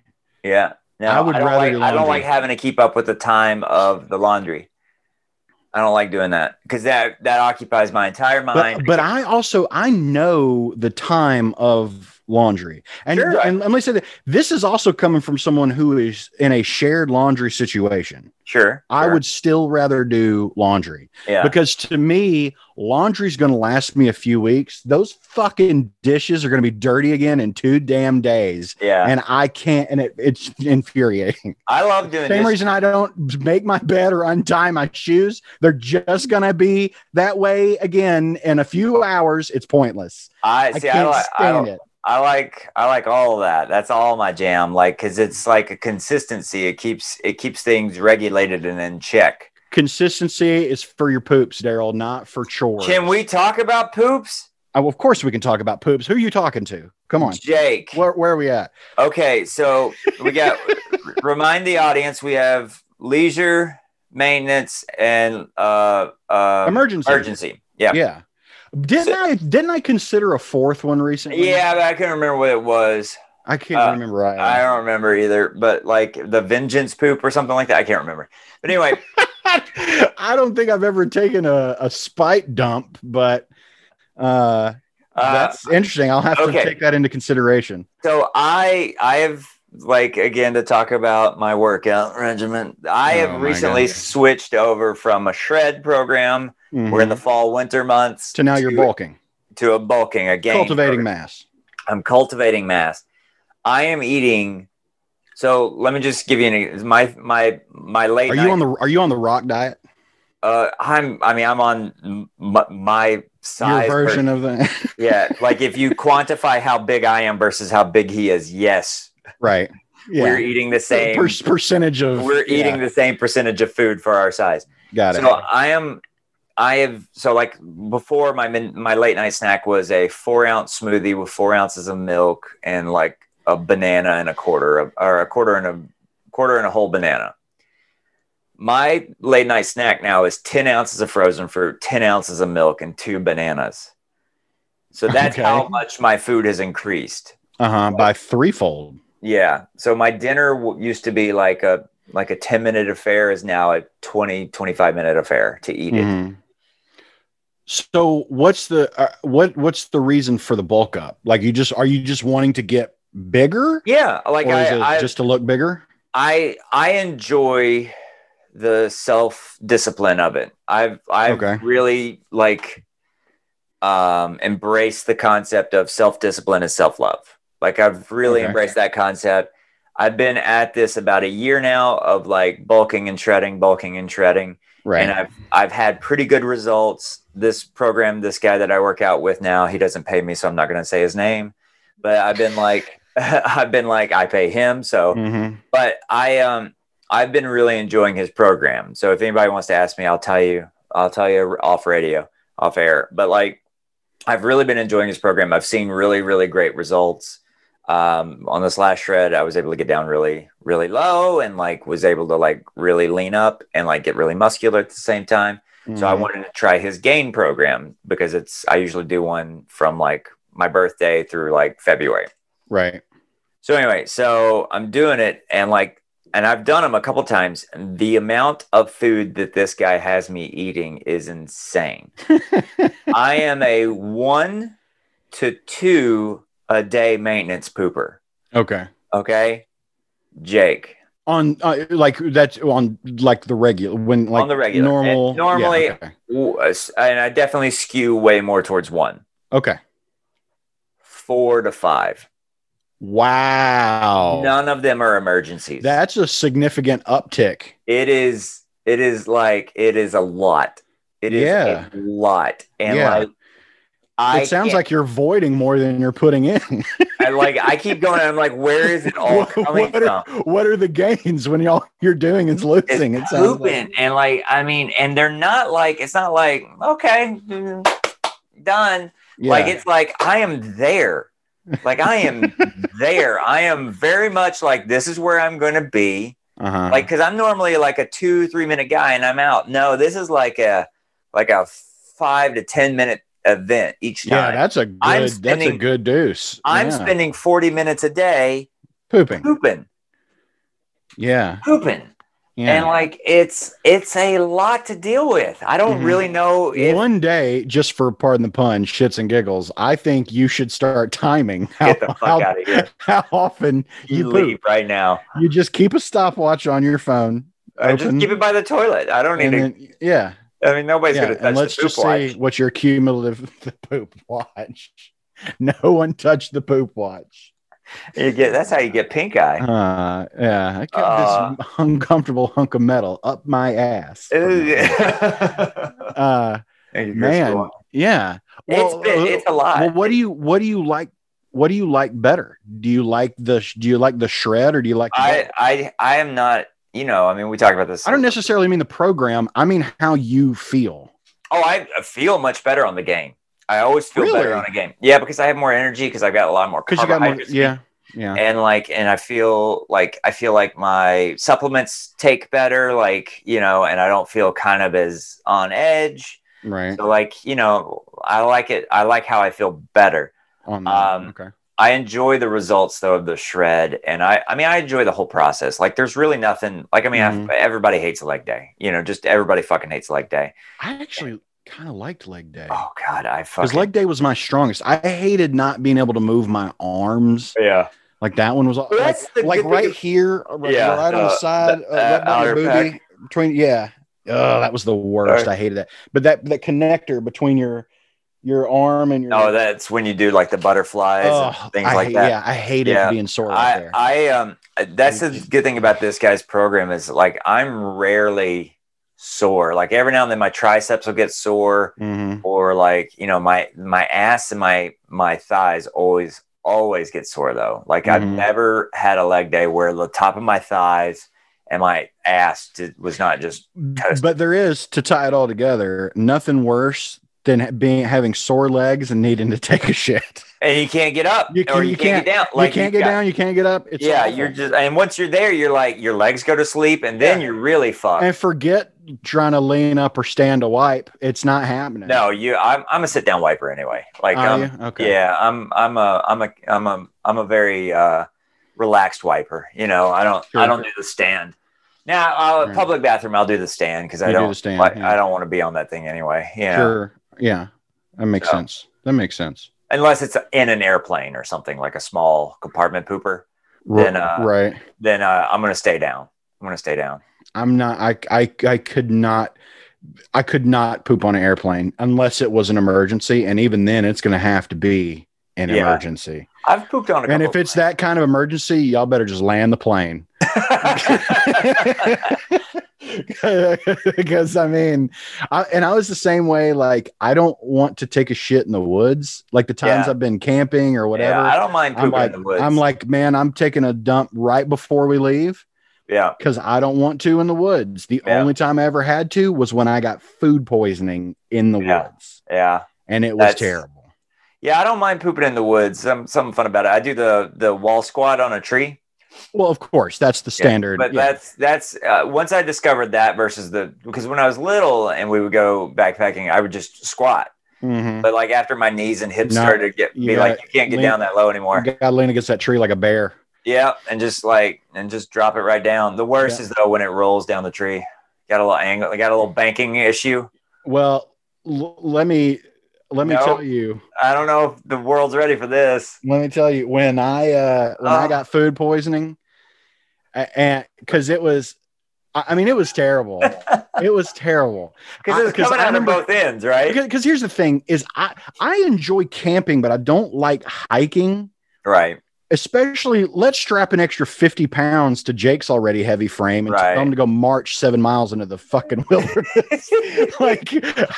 Speaker 3: Yeah. No,
Speaker 2: I would
Speaker 3: don't
Speaker 2: rather
Speaker 3: like-
Speaker 2: do
Speaker 3: I don't
Speaker 2: laundry.
Speaker 3: like having to keep up with the time of the laundry. I don't like doing that because that that occupies my entire mind.
Speaker 2: but, but I also I know the time of laundry, and,
Speaker 3: Sure.
Speaker 2: and let me say that this is also coming from someone who is in a shared laundry situation.
Speaker 3: sure,
Speaker 2: I
Speaker 3: sure.
Speaker 2: would still rather do laundry
Speaker 3: yeah.
Speaker 2: because to me, laundry's going to last me a few weeks. Those fucking dishes are going to be dirty again in two damn days,
Speaker 3: Yeah,
Speaker 2: and I can't. And it, it's infuriating.
Speaker 3: I love doing
Speaker 2: Same
Speaker 3: this.
Speaker 2: reason I don't make my bed or untie my shoes. They're just going to be that way again in a few hours. It's pointless.
Speaker 3: I
Speaker 2: I
Speaker 3: see. I,
Speaker 2: can't
Speaker 3: like, I,
Speaker 2: stand
Speaker 3: don't-
Speaker 2: it.
Speaker 3: I like I like all of that. That's all my jam. Like because it's like a consistency. It keeps it keeps things regulated and in check.
Speaker 2: Consistency is for your poops, Daryl, not for chores.
Speaker 3: Can we talk about poops?
Speaker 2: Oh, of course we can talk about poops. Who are you talking to? Come on,
Speaker 3: Jake.
Speaker 2: where, where are we at?
Speaker 3: Okay, so we got remind the audience we have leisure, maintenance, and uh, uh
Speaker 2: Emergency.
Speaker 3: emergency. Yeah.
Speaker 2: Yeah. Didn't I didn't I consider a fourth one recently?
Speaker 3: Yeah, but I couldn't remember what it was.
Speaker 2: I can't
Speaker 3: Uh,
Speaker 2: remember. Right.
Speaker 3: I don't remember either, but like the vengeance poop or something like that. I can't remember. But anyway,
Speaker 2: I don't think I've ever taken a, a spite dump, but
Speaker 3: uh,
Speaker 2: uh, that's interesting. I'll have
Speaker 3: okay.
Speaker 2: to take that into consideration.
Speaker 3: so I I have like again to talk about my workout regimen. I
Speaker 2: Oh,
Speaker 3: have
Speaker 2: my
Speaker 3: recently
Speaker 2: goodness.
Speaker 3: switched over from a shred program. We're
Speaker 2: Mm-hmm.
Speaker 3: in the fall winter months
Speaker 2: so now you're bulking,
Speaker 3: to a bulking, a gain
Speaker 2: cultivating
Speaker 3: program.
Speaker 2: mass.
Speaker 3: I'm cultivating mass. I am eating. So let me just give you an my my my late.
Speaker 2: Are
Speaker 3: night-
Speaker 2: you on the Are you on the rock diet?
Speaker 3: Uh, I'm. I mean, I'm on my, my size.
Speaker 2: Your
Speaker 3: per-
Speaker 2: version of the
Speaker 3: yeah, like if you quantify how big I am versus how big he is, yes,
Speaker 2: right. Yeah.
Speaker 3: we're eating the same.
Speaker 2: Per- percentage of
Speaker 3: we're eating the same percentage of food for our size.
Speaker 2: Yeah, got it.
Speaker 3: So I am. I have so like before my min, my late night snack was a four ounce smoothie with four ounces of milk and like a banana and a quarter of, or a quarter and a quarter and a whole banana. My late night snack now is ten ounces of frozen fruit, ten ounces of milk, and two bananas. So that's
Speaker 2: Okay.
Speaker 3: how much my food has increased.
Speaker 2: Uh huh. By threefold.
Speaker 3: Yeah. So my dinner w- used to be like a like a 10 minute affair is now a 20 25 minute affair to eat it.
Speaker 2: Mhm. So what's the uh, what what's the reason for the bulk up? Like you just are you just wanting to get bigger,
Speaker 3: Yeah, like
Speaker 2: or is it
Speaker 3: I I,
Speaker 2: just to look bigger?
Speaker 3: I I enjoy the self discipline of it. I've I've
Speaker 2: Okay.
Speaker 3: really like um embraced the concept of self discipline and self love. Like I've really
Speaker 2: Okay.
Speaker 3: embraced that concept. I've been at this about a year now of like bulking and shredding, bulking and shredding.
Speaker 2: Right.
Speaker 3: and I've I've had pretty good results. This program, this guy that I work out with now, he doesn't pay me, so I'm not going to say his name. But I've been like, I've been like, I pay him, so.
Speaker 2: Mhm.
Speaker 3: But I um, I've been really enjoying his program. So if anybody wants to ask me, I'll tell you, I'll tell you off radio, off air. But like, I've really been enjoying his program. I've seen really, really great results. Um, on this last shred, I was able to get down really, really low, and like was able to like really lean up and like get really muscular at the same time. So I
Speaker 2: Mhm.
Speaker 3: wanted to try his gain program because it's I usually do one from like my birthday through like February.
Speaker 2: right.
Speaker 3: So anyway, so I'm doing it and like and I've done them a couple times. and The amount of food that this guy has me eating is insane. I am a one to two a day maintenance pooper.
Speaker 2: Okay.
Speaker 3: Okay. Jake.
Speaker 2: On uh, like that's on like the regular when like
Speaker 3: the regular.
Speaker 2: normal
Speaker 3: And normally-
Speaker 2: yeah, okay.
Speaker 3: Ooh, uh, s- And I definitely skew way more towards one,
Speaker 2: okay
Speaker 3: four to five.
Speaker 2: wow
Speaker 3: None of them are emergencies.
Speaker 2: that's a significant uptick
Speaker 3: it is it is like it is a lot. It is
Speaker 2: Yeah.
Speaker 3: a lot. And
Speaker 2: Yeah.
Speaker 3: like I
Speaker 2: it sounds
Speaker 3: can't-
Speaker 2: like you're voiding more than you're putting in
Speaker 3: I like I keep going. I'm like, where is it all
Speaker 2: what,
Speaker 3: Oh, coming
Speaker 2: what
Speaker 3: from?
Speaker 2: are, what are the gains when all you're doing is
Speaker 3: It's
Speaker 2: losing it sounds like.
Speaker 3: pooping and like I mean, and they're not like it's not like okay, mm, done.
Speaker 2: yeah.
Speaker 3: Like it's like I am there. Like I am there. I am very much like this is where I'm going to be.
Speaker 2: uh-huh.
Speaker 3: like because i'm normally like a two three minute guy and i'm out no this is like a like a five to ten minute event each
Speaker 2: yeah
Speaker 3: time
Speaker 2: that's a good
Speaker 3: I'm
Speaker 2: that's a
Speaker 3: spending-
Speaker 2: good deuce
Speaker 3: i'm
Speaker 2: Yeah.
Speaker 3: spending 40 minutes a day
Speaker 2: pooping
Speaker 3: pooping
Speaker 2: yeah
Speaker 3: pooping
Speaker 2: yeah
Speaker 3: and like it's it's a lot to deal with i don't
Speaker 2: Mhm.
Speaker 3: really know if
Speaker 2: one day, just for pardon the pun, shits and giggles, I think you should start timing how,
Speaker 3: Get the fuck
Speaker 2: how,
Speaker 3: outta here.
Speaker 2: how often you,
Speaker 3: you
Speaker 2: poop.
Speaker 3: leave right now
Speaker 2: You just keep a stopwatch on your phone.
Speaker 3: or just
Speaker 2: Open.
Speaker 3: keep it by the toilet i don't need to
Speaker 2: And then, yeah,
Speaker 3: i mean nobody's
Speaker 2: yeah.
Speaker 3: gonna touch
Speaker 2: And let's
Speaker 3: the poop
Speaker 2: just see
Speaker 3: watch.
Speaker 2: what your cumulative the poop watch. No one touched the poop watch.
Speaker 3: you get that's how you get pink eye
Speaker 2: Uh, yeah, I got
Speaker 3: Uh.
Speaker 2: this uncomfortable hunk of metal up my ass. Uh,
Speaker 3: And you're
Speaker 2: Man.
Speaker 3: still-
Speaker 2: yeah.
Speaker 3: it's been,
Speaker 2: uh,
Speaker 3: it's a lot
Speaker 2: well, what do you what do you like what do you like better? Do you like the do you like the shred or do you like the
Speaker 3: I,
Speaker 2: belt?
Speaker 3: I I am not. You know, I mean, we talk about this.
Speaker 2: I don't necessarily mean the program. I mean how you feel.
Speaker 3: Oh, I feel much better on the game. I always feel better
Speaker 2: Really?
Speaker 3: on a game. Yeah, because I have more energy because I've got a lot more.
Speaker 2: Cuz you got more,
Speaker 3: carbohydrates.
Speaker 2: yeah. Yeah.
Speaker 3: and like and i feel like i feel like my supplements take better like you know and i don't feel kind of as on edge
Speaker 2: Right.
Speaker 3: so like you know i like it i like how i feel better
Speaker 2: On that.
Speaker 3: um,
Speaker 2: okay.
Speaker 3: i enjoy the results though of the shred and i i mean i enjoy the whole process like there's really nothing like i mean I-
Speaker 2: Mhm.
Speaker 3: everybody hates a leg day you know just everybody fucking hates leg day
Speaker 2: I actually kind of liked leg day.
Speaker 3: oh god i
Speaker 2: Because
Speaker 3: fucking
Speaker 2: leg day was my strongest. I hated not being able to move my arms.
Speaker 3: yeah
Speaker 2: Like that one was like,
Speaker 3: that's the
Speaker 2: like
Speaker 3: good thing
Speaker 2: right
Speaker 3: of-
Speaker 2: here, right,
Speaker 3: Yeah,
Speaker 2: right on
Speaker 3: the-
Speaker 2: the side,
Speaker 3: the,
Speaker 2: uh, right
Speaker 3: uh,
Speaker 2: by your
Speaker 3: outer
Speaker 2: booby, between yeah. Oh, that was the worst.
Speaker 3: Sorry.
Speaker 2: I hated that. But that that connector between your your arm and your
Speaker 3: no Oh, that's when you do like the butterflies
Speaker 2: Ugh,
Speaker 3: and things
Speaker 2: Oh, I
Speaker 3: like
Speaker 2: hate,
Speaker 3: that
Speaker 2: Yeah, I hated
Speaker 3: Yeah.
Speaker 2: being sore right
Speaker 3: I,
Speaker 2: there.
Speaker 3: I um that's the good thing about this guy's program is like I'm rarely sore. Like every now and then my triceps will get sore
Speaker 2: Mhm.
Speaker 3: or like, you know, my my ass and my my thighs always always get sore though. Like I've
Speaker 2: Mhm.
Speaker 3: never had a leg day where the top of my thighs and my ass did, was not just toast.
Speaker 2: But there is to tie it all together. Nothing worse than ha- being having sore legs and needing to take a shit.
Speaker 3: and you can't get up
Speaker 2: You
Speaker 3: or
Speaker 2: can-
Speaker 3: you,
Speaker 2: you
Speaker 3: can't, get down. Like
Speaker 2: you can't
Speaker 3: you've
Speaker 2: get
Speaker 3: got-
Speaker 2: down. You can't get up. It's
Speaker 3: yeah,
Speaker 2: awful.
Speaker 3: you're just and once you're there, you're like your legs go to sleep and then
Speaker 2: Yeah.
Speaker 3: you're really fucked.
Speaker 2: and forget trying to lean up or stand to wipe. It's not happening.
Speaker 3: No, you. I'm I'm a sit down wiper anyway. Like,
Speaker 2: Are
Speaker 3: um,
Speaker 2: you? Okay.
Speaker 3: yeah, I'm I'm a I'm a I'm a I'm a very uh, relaxed wiper. You know, I don't I
Speaker 2: Sure.
Speaker 3: don't do the stand. Now, uh,
Speaker 2: Right.
Speaker 3: public bathroom, I'll do the stand because I
Speaker 2: You do
Speaker 3: don't
Speaker 2: the stand,
Speaker 3: like,
Speaker 2: yeah.
Speaker 3: I don't want to be on that thing anyway. You know,
Speaker 2: Sure. Yeah. That makes
Speaker 3: So-
Speaker 2: sense. That makes sense.
Speaker 3: unless it's in an airplane or something like a small compartment pooper,
Speaker 2: R-
Speaker 3: Then, uh,
Speaker 2: right.
Speaker 3: then uh, I'm gonna stay down. I'm gonna stay down.
Speaker 2: I'm not I I I could not I could not poop on an airplane unless it was an emergency and even then it's going to have to be an
Speaker 3: Yeah.
Speaker 2: emergency.
Speaker 3: I've pooped on a.
Speaker 2: And
Speaker 3: couple
Speaker 2: if it's that kind of emergency, y'all better just land the plane. because I mean, I, and I was the same way. Like, I don't want to take a shit in the woods. Like the times
Speaker 3: Yeah.
Speaker 2: I've been camping or whatever,
Speaker 3: Yeah, I don't mind
Speaker 2: I'm
Speaker 3: pooping
Speaker 2: like,
Speaker 3: in the woods.
Speaker 2: I'm like, man, I'm taking a dump right before we leave
Speaker 3: yeah,
Speaker 2: because I don't want to in the woods. The
Speaker 3: Yeah.
Speaker 2: only time I ever had to was when I got food poisoning in the
Speaker 3: Yeah.
Speaker 2: woods,
Speaker 3: yeah.
Speaker 2: and it was
Speaker 3: That's-
Speaker 2: terrible.
Speaker 3: Yeah, I don't mind pooping in the woods. Some something fun about it. I do the the wall squat on a tree,
Speaker 2: Well, of course, that's the standard.
Speaker 3: but
Speaker 2: yeah.
Speaker 3: that's that's uh, once I discovered that versus the because when I was little and we would go backpacking, I would just squat.
Speaker 2: Mhm.
Speaker 3: But like after my knees and hips
Speaker 2: No,
Speaker 3: started to get be
Speaker 2: you
Speaker 3: like
Speaker 2: got-
Speaker 3: you can't get
Speaker 2: lean-
Speaker 3: down that low anymore.
Speaker 2: You gotta lean against that tree like a bear.
Speaker 3: Yeah, and just like and just drop it right down. The worst
Speaker 2: Yeah.
Speaker 3: is though when it rolls down the tree. Got a little angle. Got a little banking issue.
Speaker 2: Well, l- let me let me
Speaker 3: No.
Speaker 2: tell you.
Speaker 3: I don't know if the world's ready for this.
Speaker 2: Let me tell you when I uh when
Speaker 3: Oh.
Speaker 2: I got food poisoning, a- and because it was, I I mean, it was terrible. it was terrible. I-
Speaker 3: Because it's
Speaker 2: 'cause
Speaker 3: coming
Speaker 2: I
Speaker 3: out of
Speaker 2: remember-
Speaker 3: both ends, right?
Speaker 2: Because here's the thing: is I I enjoy camping, but I don't like hiking.
Speaker 3: Right.
Speaker 2: Especially, let's strap an extra fifty pounds to Jake's already heavy frame and
Speaker 3: Right.
Speaker 2: tell him to go march seven miles into the fucking wilderness. like,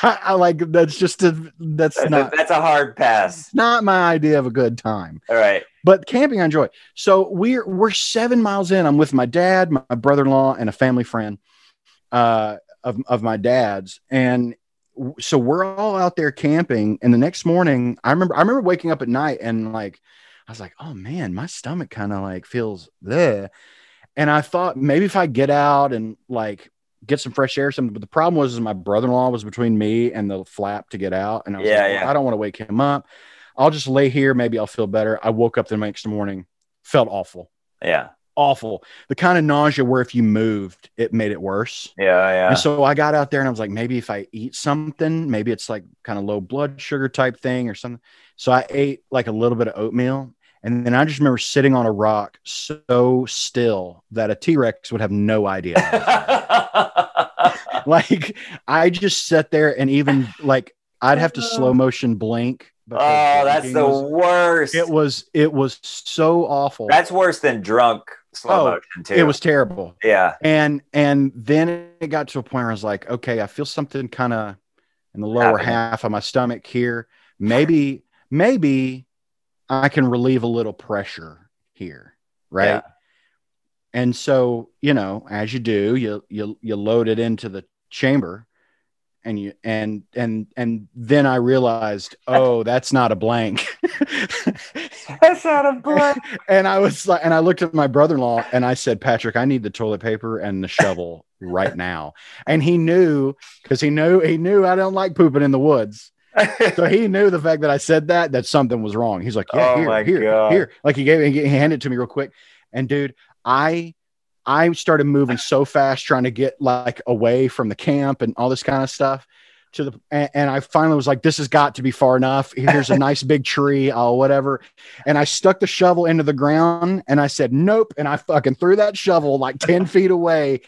Speaker 2: I, I like that's just a, that's
Speaker 3: That's,
Speaker 2: not
Speaker 3: a, that's a hard pass.
Speaker 2: It's not my idea of a good time,
Speaker 3: All right.
Speaker 2: but camping I enjoy. So we're we're seven miles in. I'm with my dad, my brother in law, and a family friend uh, of of my dad's, and w- so we're all out there camping. And the next morning, I remember I remember waking up at night and like I was like, oh man, my stomach kind of like feels there, and I thought maybe if I get out and like get some fresh air or something. But the problem was, is my brother in law was between me and the flap to get out, and I was
Speaker 3: Yeah,
Speaker 2: like, well,
Speaker 3: yeah.
Speaker 2: I don't want to wake him up. I'll just lay here. Maybe I'll feel better. I woke up the next morning, felt awful,
Speaker 3: Yeah.
Speaker 2: awful. The kind of nausea where if you moved, it made it worse.
Speaker 3: Yeah. Yeah.
Speaker 2: And so I got out there and I was like, maybe if I eat something, maybe it's like kind of low blood sugar type thing or something. So I ate like a little bit of oatmeal. And then I just remember sitting on a rock so still that a T Rex would have no idea. I was there. like I just sat there and even like I'd have to slow motion blink. because
Speaker 3: oh, that's
Speaker 2: blinking
Speaker 3: the
Speaker 2: was-
Speaker 3: worst.
Speaker 2: it was it was so awful.
Speaker 3: that's worse than drunk slow
Speaker 2: Oh,
Speaker 3: motion too.
Speaker 2: it was terrible.
Speaker 3: Yeah.
Speaker 2: And and then it got to a point where I was like, okay, I feel something kind of in the lower
Speaker 3: Happening.
Speaker 2: half of my stomach here. Maybe maybe I can relieve a little pressure here, right?
Speaker 3: Yeah.
Speaker 2: And so, you know, as you do, you you you load it into the chamber and you and and and then I realized, oh, that's not a blank.
Speaker 3: That's out of blood.
Speaker 2: and I was like, and I looked at my brother in law and I said, Patrick, I need the toilet paper and the shovel right now. And he knew because he knew he knew I don't like pooping in the woods. So he knew the fact that I said that that something was wrong. He's like, yeah,
Speaker 3: Oh my
Speaker 2: here, here,
Speaker 3: God.
Speaker 2: here. Like he gave he handed it to me real quick. And dude, I I started moving so fast trying to get like away from the camp and all this kind of stuff to the and, and I finally was like, this has got to be far enough. Here's a nice big tree, oh whatever. And I stuck the shovel into the ground and I said, nope. And I fucking threw that shovel like 10 feet away.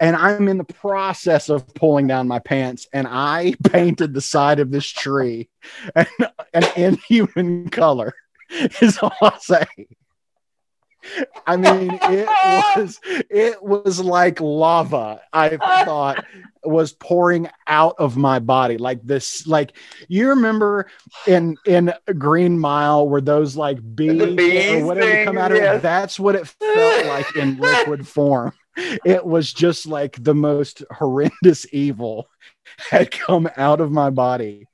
Speaker 2: And I'm in the process of pulling down my pants, and I painted the side of this tree an, an inhuman color, is all I'll say. I mean, it was it was like lava. I thought was pouring out of my body like this. Like you remember in in Green Mile where those like bees,
Speaker 3: bees
Speaker 2: or whatever
Speaker 3: thing,
Speaker 2: come out of
Speaker 3: yeah.
Speaker 2: it. That's what it felt like in liquid form. It was just like the most horrendous evil had come out of my body.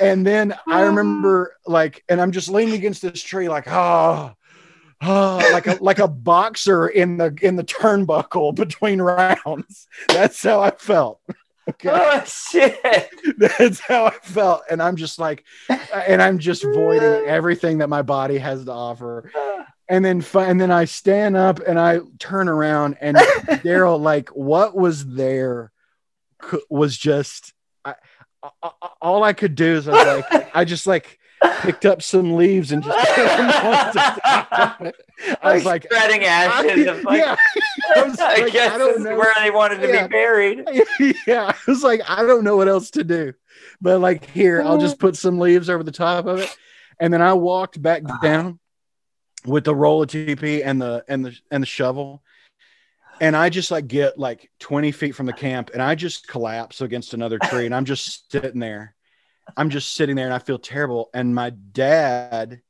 Speaker 2: And then I remember like, and I'm just leaning against this tree, like, ah, ah, like a like a boxer in the in the turnbuckle between rounds. That's how I felt. Okay.
Speaker 3: Oh shit.
Speaker 2: That's how I felt. And I'm just like, and I'm just voiding everything that my body has to offer. And then fi- and then I stand up and I turn around and Daryl, like what was there cou- was just I, I, I- all I could do is I was like I just like picked up some leaves and just I was like
Speaker 3: spreading ashes.
Speaker 2: I,
Speaker 3: of like,
Speaker 2: yeah, I
Speaker 3: I,
Speaker 2: was like,
Speaker 3: guess
Speaker 2: I don't
Speaker 3: this is
Speaker 2: know.
Speaker 3: where they wanted to
Speaker 2: Yeah.
Speaker 3: be buried.
Speaker 2: yeah, I was like, I don't know what else to do, but like here, I'll just put some leaves over the top of it, and then I walked back down with the roll of TP and the and the and the shovel, and I just like get like twenty feet from the camp, and I just collapse against another tree, and I'm just sitting there, I'm just sitting there, and I feel terrible, and my dad.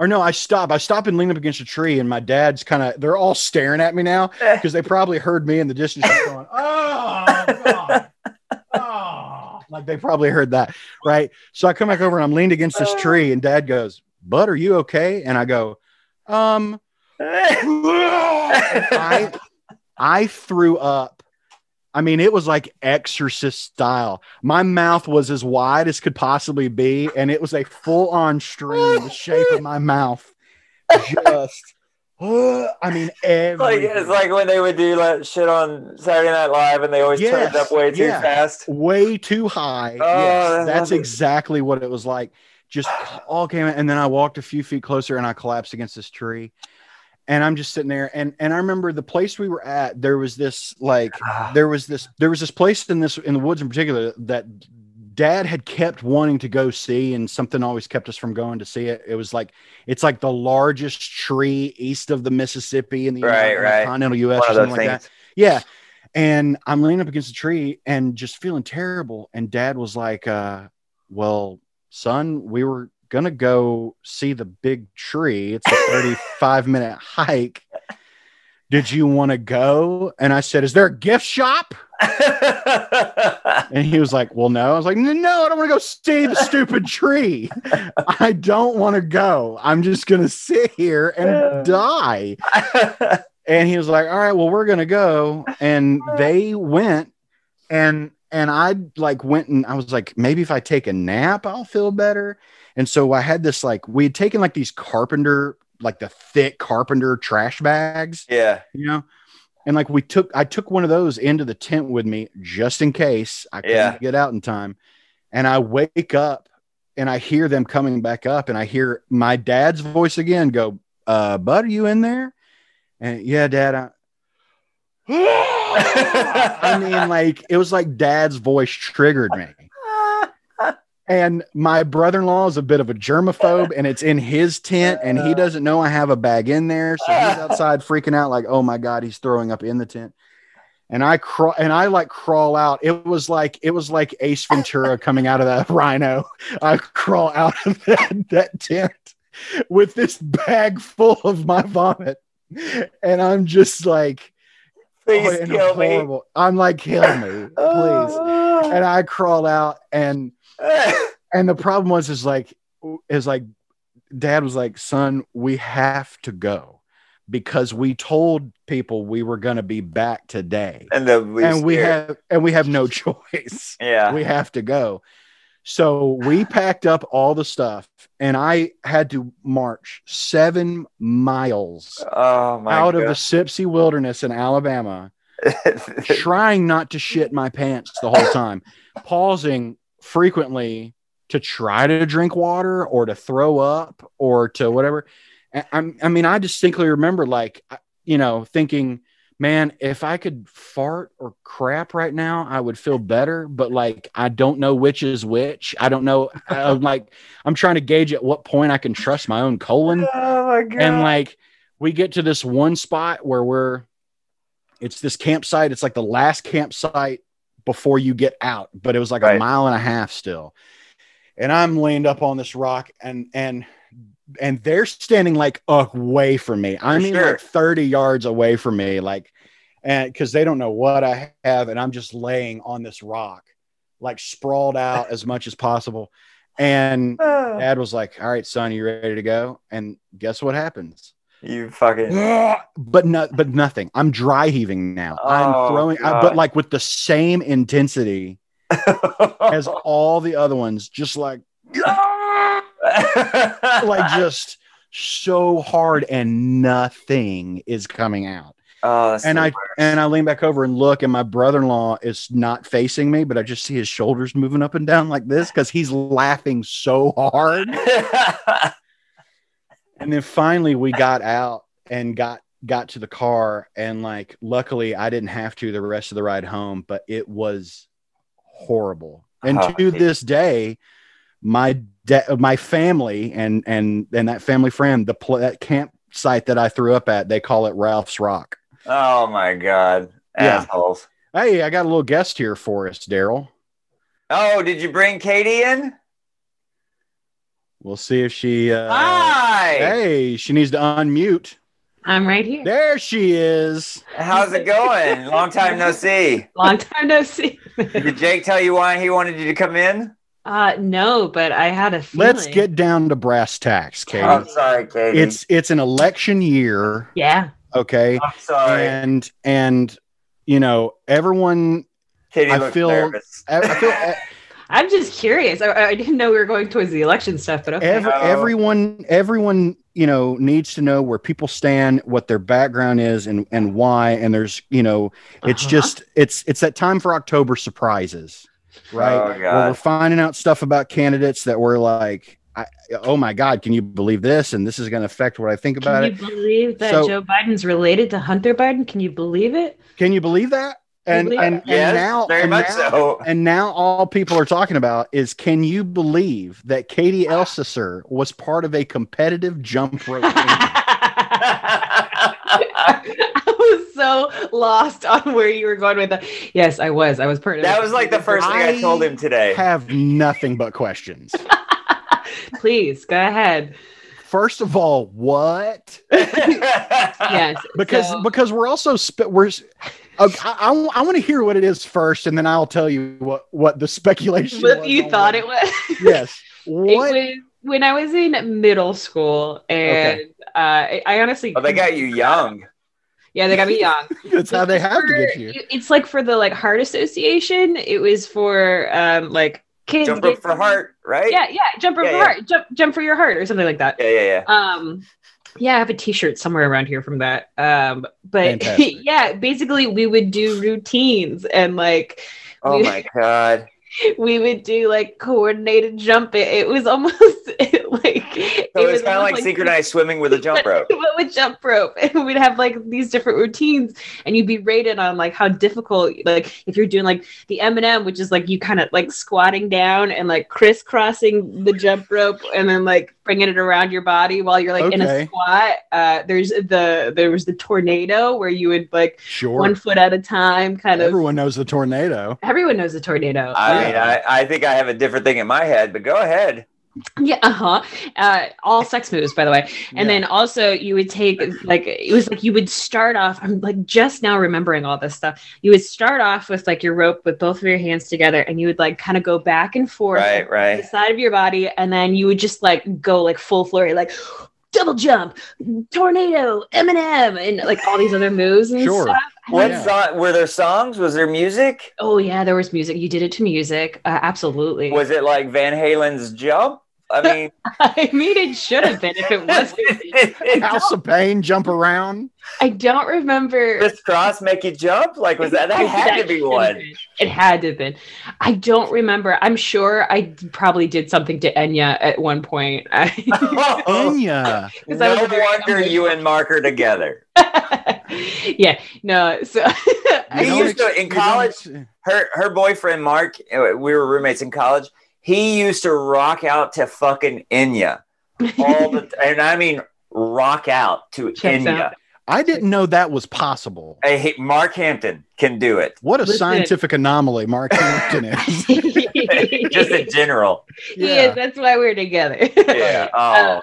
Speaker 2: Or no, I stop. I stop and lean up against a tree, and my dad's kind of. They're all staring at me now because they probably heard me in the distance just going, "Oh God, oh!" Like they probably heard that, right? So I come back over and I'm leaned against this tree, and Dad goes, "Bud, are you okay?" And I go, "Um, I, I threw up. I mean, it was like exorcist style. My mouth was as wide as could possibly be, and it was a full on stream, the shape of my mouth. Just, I mean,
Speaker 3: like
Speaker 2: everything.
Speaker 3: it's like when they would do that shit on Saturday Night Live, and they always
Speaker 2: Yes,
Speaker 3: turned up way too
Speaker 2: yeah.
Speaker 3: fast.
Speaker 2: way too high.
Speaker 3: Oh, I
Speaker 2: yes,
Speaker 3: love
Speaker 2: that's
Speaker 3: it.
Speaker 2: exactly what it was like. Just all came in, and then I walked a few feet closer and I collapsed against this tree. And I'm just sitting there, and and I remember the place we were at. There was this like
Speaker 3: Ah,
Speaker 2: there was this there was this place in this in the woods in particular that dad had kept wanting to go see and something always kept us from going to see it it was like it's like the largest tree east of the mississippi in the,
Speaker 3: Right,
Speaker 2: in the
Speaker 3: right.
Speaker 2: continental us
Speaker 3: One
Speaker 2: or
Speaker 3: of
Speaker 2: something
Speaker 3: those
Speaker 2: like that
Speaker 3: things.
Speaker 2: yeah and i'm leaning up against a tree and just feeling terrible and dad was like uh well son we were gonna go see the big tree it's a 35 minute hike did you want to go and i said is there a gift shop and he was like well no i was like no no, i don't want to go see the stupid tree i don't want to go i'm just gonna sit here and die and he was like all right well we're gonna go and they went and and i like went and i was like maybe if i take a nap i'll feel better and so i had this like we had taken like these carpenter like the thick carpenter trash bags
Speaker 3: yeah.
Speaker 2: you know and like we took i took one of those into the tent with me just in case i couldn't
Speaker 3: Yeah.
Speaker 2: get out in time and i wake up and i hear them coming back up and i hear my dad's voice again go uh bud are you in there and yeah dad i I mean, like it was like dad's voice triggered me. oh, And my brother in law is a bit of a germaphobe, and it's in his tent, and he doesn't know I have a bag in there, so he's outside freaking out, like, "Oh my god, he's throwing up in the tent." And I crawl, and I like crawl out. It was like it was like Ace Ventura coming out of that rhino. I crawl out of that, that tent, with this bag full of my vomit, and I'm just like,
Speaker 3: Please
Speaker 2: oh, and
Speaker 3: kill me.
Speaker 2: horrible. I'm like, kill me, please. And I crawl out, and and the problem was is like is like, dad was like, son, we have to go because we told people we were going to be back today,
Speaker 3: and then we,
Speaker 2: and we have and we have no choice
Speaker 3: yeah.
Speaker 2: we have to go. So we packed up all the stuff and I had to march seven miles
Speaker 3: oh my
Speaker 2: out of the
Speaker 3: God.
Speaker 2: Sipsy wilderness in Alabama, trying not to shit my pants the whole time, pausing frequently to try to drink water or to throw up or to whatever. And I'm, I mean, I distinctly remember like, I- you know, thinking, man, if I could fart or crap right now, I would feel better. But like, I don't know which is which. I don't know. I'm like, I'm trying to gauge at what point I can trust my own colon.
Speaker 3: oh my God.
Speaker 2: And like, we get to this one spot where we're, it's this campsite. It's like the last campsite before you get out, but it was like a
Speaker 3: Right.
Speaker 2: mile and a half still. And I'm leaned up on this rock and, and, and they're standing like away from me. I
Speaker 3: For
Speaker 2: mean,
Speaker 3: sure.
Speaker 2: like 30 yards away from me, like, and because they don't know what I have. And I'm just laying on this rock, like sprawled out as much as possible. And
Speaker 3: Oh.
Speaker 2: dad was like, All right, son, you ready to go? And guess what happens?
Speaker 3: you fucking
Speaker 2: but no, but nothing. I'm dry heaving now.
Speaker 3: Oh,
Speaker 2: I'm throwing, I,
Speaker 3: God.
Speaker 2: but like with the same intensity as all the other ones, just like like just so hard and nothing is coming out.
Speaker 3: oh, that's
Speaker 2: and
Speaker 3: the
Speaker 2: I
Speaker 3: worst.
Speaker 2: and I lean back over and look, and my brother-in-law is not facing me, but I just see his shoulders moving up and down like this because he's laughing so hard. and then finally we got out and got got to the car and like luckily i didn't have to the rest of the ride home but it was horrible and
Speaker 3: Oh,
Speaker 2: to
Speaker 3: geez.
Speaker 2: this day my de- my family and and and that family friend the pl- that campsite that i threw up at they call it ralph's rock
Speaker 3: oh my god.
Speaker 2: Yeah.
Speaker 3: Assholes.
Speaker 2: hey i got a little guest here for us daryl
Speaker 3: Oh, did you bring Katie in?
Speaker 2: we'll see if she uh
Speaker 3: Hi.
Speaker 2: hey she needs to unmute
Speaker 4: I'm right here.
Speaker 2: there she is
Speaker 3: How's it going? Long time no see.
Speaker 4: Long time no see.
Speaker 3: Did Jake tell you why he wanted you to come in?
Speaker 4: Uh, no, but I had a feeling.
Speaker 2: let's get down to brass tacks katie
Speaker 3: I'm sorry, Katie.
Speaker 2: it's it's an election year
Speaker 4: Yeah.
Speaker 2: okay
Speaker 3: I'm sorry.
Speaker 2: and and you know everyone
Speaker 3: Katie
Speaker 2: I
Speaker 3: looks
Speaker 2: feel-
Speaker 3: nervous.
Speaker 2: I, I feel e,
Speaker 4: I'm just curious. I, I didn't know we were going towards the election stuff, but okay.
Speaker 2: ev- everyone everyone you know needs to know where people stand what their background is and and why and there's you know it's
Speaker 4: Uh-huh.
Speaker 2: just it's it's that time for october surprises right
Speaker 3: Oh,
Speaker 2: where we're
Speaker 3: God.
Speaker 2: finding out stuff about candidates that we're like I, oh my god can you believe this and this is going to affect what i think about
Speaker 4: Can you
Speaker 2: it
Speaker 4: believe that
Speaker 2: So-
Speaker 4: Joe Biden's related to Hunter Biden? Can you believe it?
Speaker 2: can you believe that
Speaker 4: Can you
Speaker 2: and
Speaker 4: believe
Speaker 2: and,
Speaker 4: it?
Speaker 2: and
Speaker 3: Yes,
Speaker 2: now
Speaker 3: very
Speaker 2: and
Speaker 3: much
Speaker 2: now-
Speaker 3: so.
Speaker 2: And now all people are talking about is can you believe that Katie Elsesser was part of a competitive jump rope? team?
Speaker 3: that
Speaker 4: I was so lost on where you were going with that. Yes, I was. I was part of
Speaker 3: was like the first thing I told him today.
Speaker 2: Have nothing but questions.
Speaker 4: Please go ahead.
Speaker 2: First of all, what?
Speaker 3: yeah.
Speaker 4: Yes.
Speaker 2: Because
Speaker 4: so-
Speaker 2: because we're also spe- we're. s- Okay, I, want to hear what it is first, and then I'll tell you what what the speculation.
Speaker 4: what
Speaker 2: was
Speaker 4: you
Speaker 2: on
Speaker 4: thought
Speaker 2: what-
Speaker 4: it was.
Speaker 2: Yes.
Speaker 4: It
Speaker 2: What?
Speaker 4: was when I was in middle school, and uh, I, I honestly,
Speaker 3: Oh, they got you young.
Speaker 4: yeah, they got me young.
Speaker 2: That's how they
Speaker 4: It was
Speaker 2: have to get
Speaker 4: for-
Speaker 2: you.
Speaker 4: It's like for the like heart association. It was for um like kids.
Speaker 3: Jump rope
Speaker 4: get-
Speaker 3: for heart, right?
Speaker 4: Yeah, yeah, jump rope
Speaker 3: Yeah,
Speaker 4: for
Speaker 3: yeah.
Speaker 4: heart. Jump, jump for your heart, or something like that.
Speaker 3: Yeah, yeah, yeah.
Speaker 4: Um, yeah, I have a T-shirt somewhere around here from that. Um, but
Speaker 2: Fantastic.
Speaker 4: yeah, basically we would do routines and like
Speaker 3: Oh my god.
Speaker 4: we would do like coordinated jump. It, it was almost it, like
Speaker 3: So
Speaker 4: was
Speaker 3: it's kind of
Speaker 4: almost
Speaker 3: like synchronized swimming with a jump rope.
Speaker 4: but with jump rope and we'd have like these different routines and you'd be rated on like how difficult like if you're doing like the m&m which is like you kind of like squatting down and like crisscrossing the jump rope and then like bringing it around your body while you're like in
Speaker 2: Okay.
Speaker 4: a squat uh there's the there was the tornado where you would like
Speaker 2: Sure.
Speaker 4: one foot at a time kind of
Speaker 2: Everyone knows the tornado.
Speaker 4: everyone knows the tornado Uh,
Speaker 3: I mean, I, I think I have a different thing in my head, but go ahead.
Speaker 4: Yeah, uh-huh. Uh all sex moves by the way. And then also you would take like it was like you would start off I'm like just now remembering all this stuff. You would start off with like your rope with both of your hands together and you would like kind of go back and forth
Speaker 3: Right,
Speaker 4: to
Speaker 3: right.
Speaker 4: the side of your body and then you would just like go like full flurry like double jump, tornado, Eminem and like all these other moves and
Speaker 2: Sure.
Speaker 4: stuff. And
Speaker 3: What
Speaker 2: Yeah.
Speaker 3: song were there songs? Was there music?
Speaker 4: Oh yeah, there was music. You did it to music. Uh, absolutely.
Speaker 3: Was it like Van Halen's jump? I mean,
Speaker 4: I mean, it should have been if it was.
Speaker 2: House of Pain, jump around.
Speaker 4: I don't remember.
Speaker 3: Chris Cross make you jump? Like was that that had to be
Speaker 4: should have
Speaker 3: one?
Speaker 4: been. It had to have been. I don't remember. I'm sure I d- probably did something to Enya at one point. I-
Speaker 3: no
Speaker 2: Enya.
Speaker 4: I was a very
Speaker 3: Oh, wonder
Speaker 4: young
Speaker 3: you and Mark are together.
Speaker 4: yeah, no. So
Speaker 3: I
Speaker 2: You
Speaker 4: I,
Speaker 2: don't
Speaker 3: used to-
Speaker 2: ex-
Speaker 3: in
Speaker 2: you don't
Speaker 3: college-
Speaker 2: ex-
Speaker 3: Her her boyfriend Mark, uh, we were roommates in college. He used to rock out to fucking Enya all the, and I mean rock out to
Speaker 4: Checks
Speaker 3: Enya.
Speaker 4: out.
Speaker 2: I didn't know that was possible.
Speaker 3: I hate- Mark Hampton can do it.
Speaker 2: What a
Speaker 4: Listen.
Speaker 2: scientific anomaly Mark Hampton is.
Speaker 3: Just in general.
Speaker 4: yeah. that's why we're together.
Speaker 3: Yeah.
Speaker 4: Uh,
Speaker 3: Oh,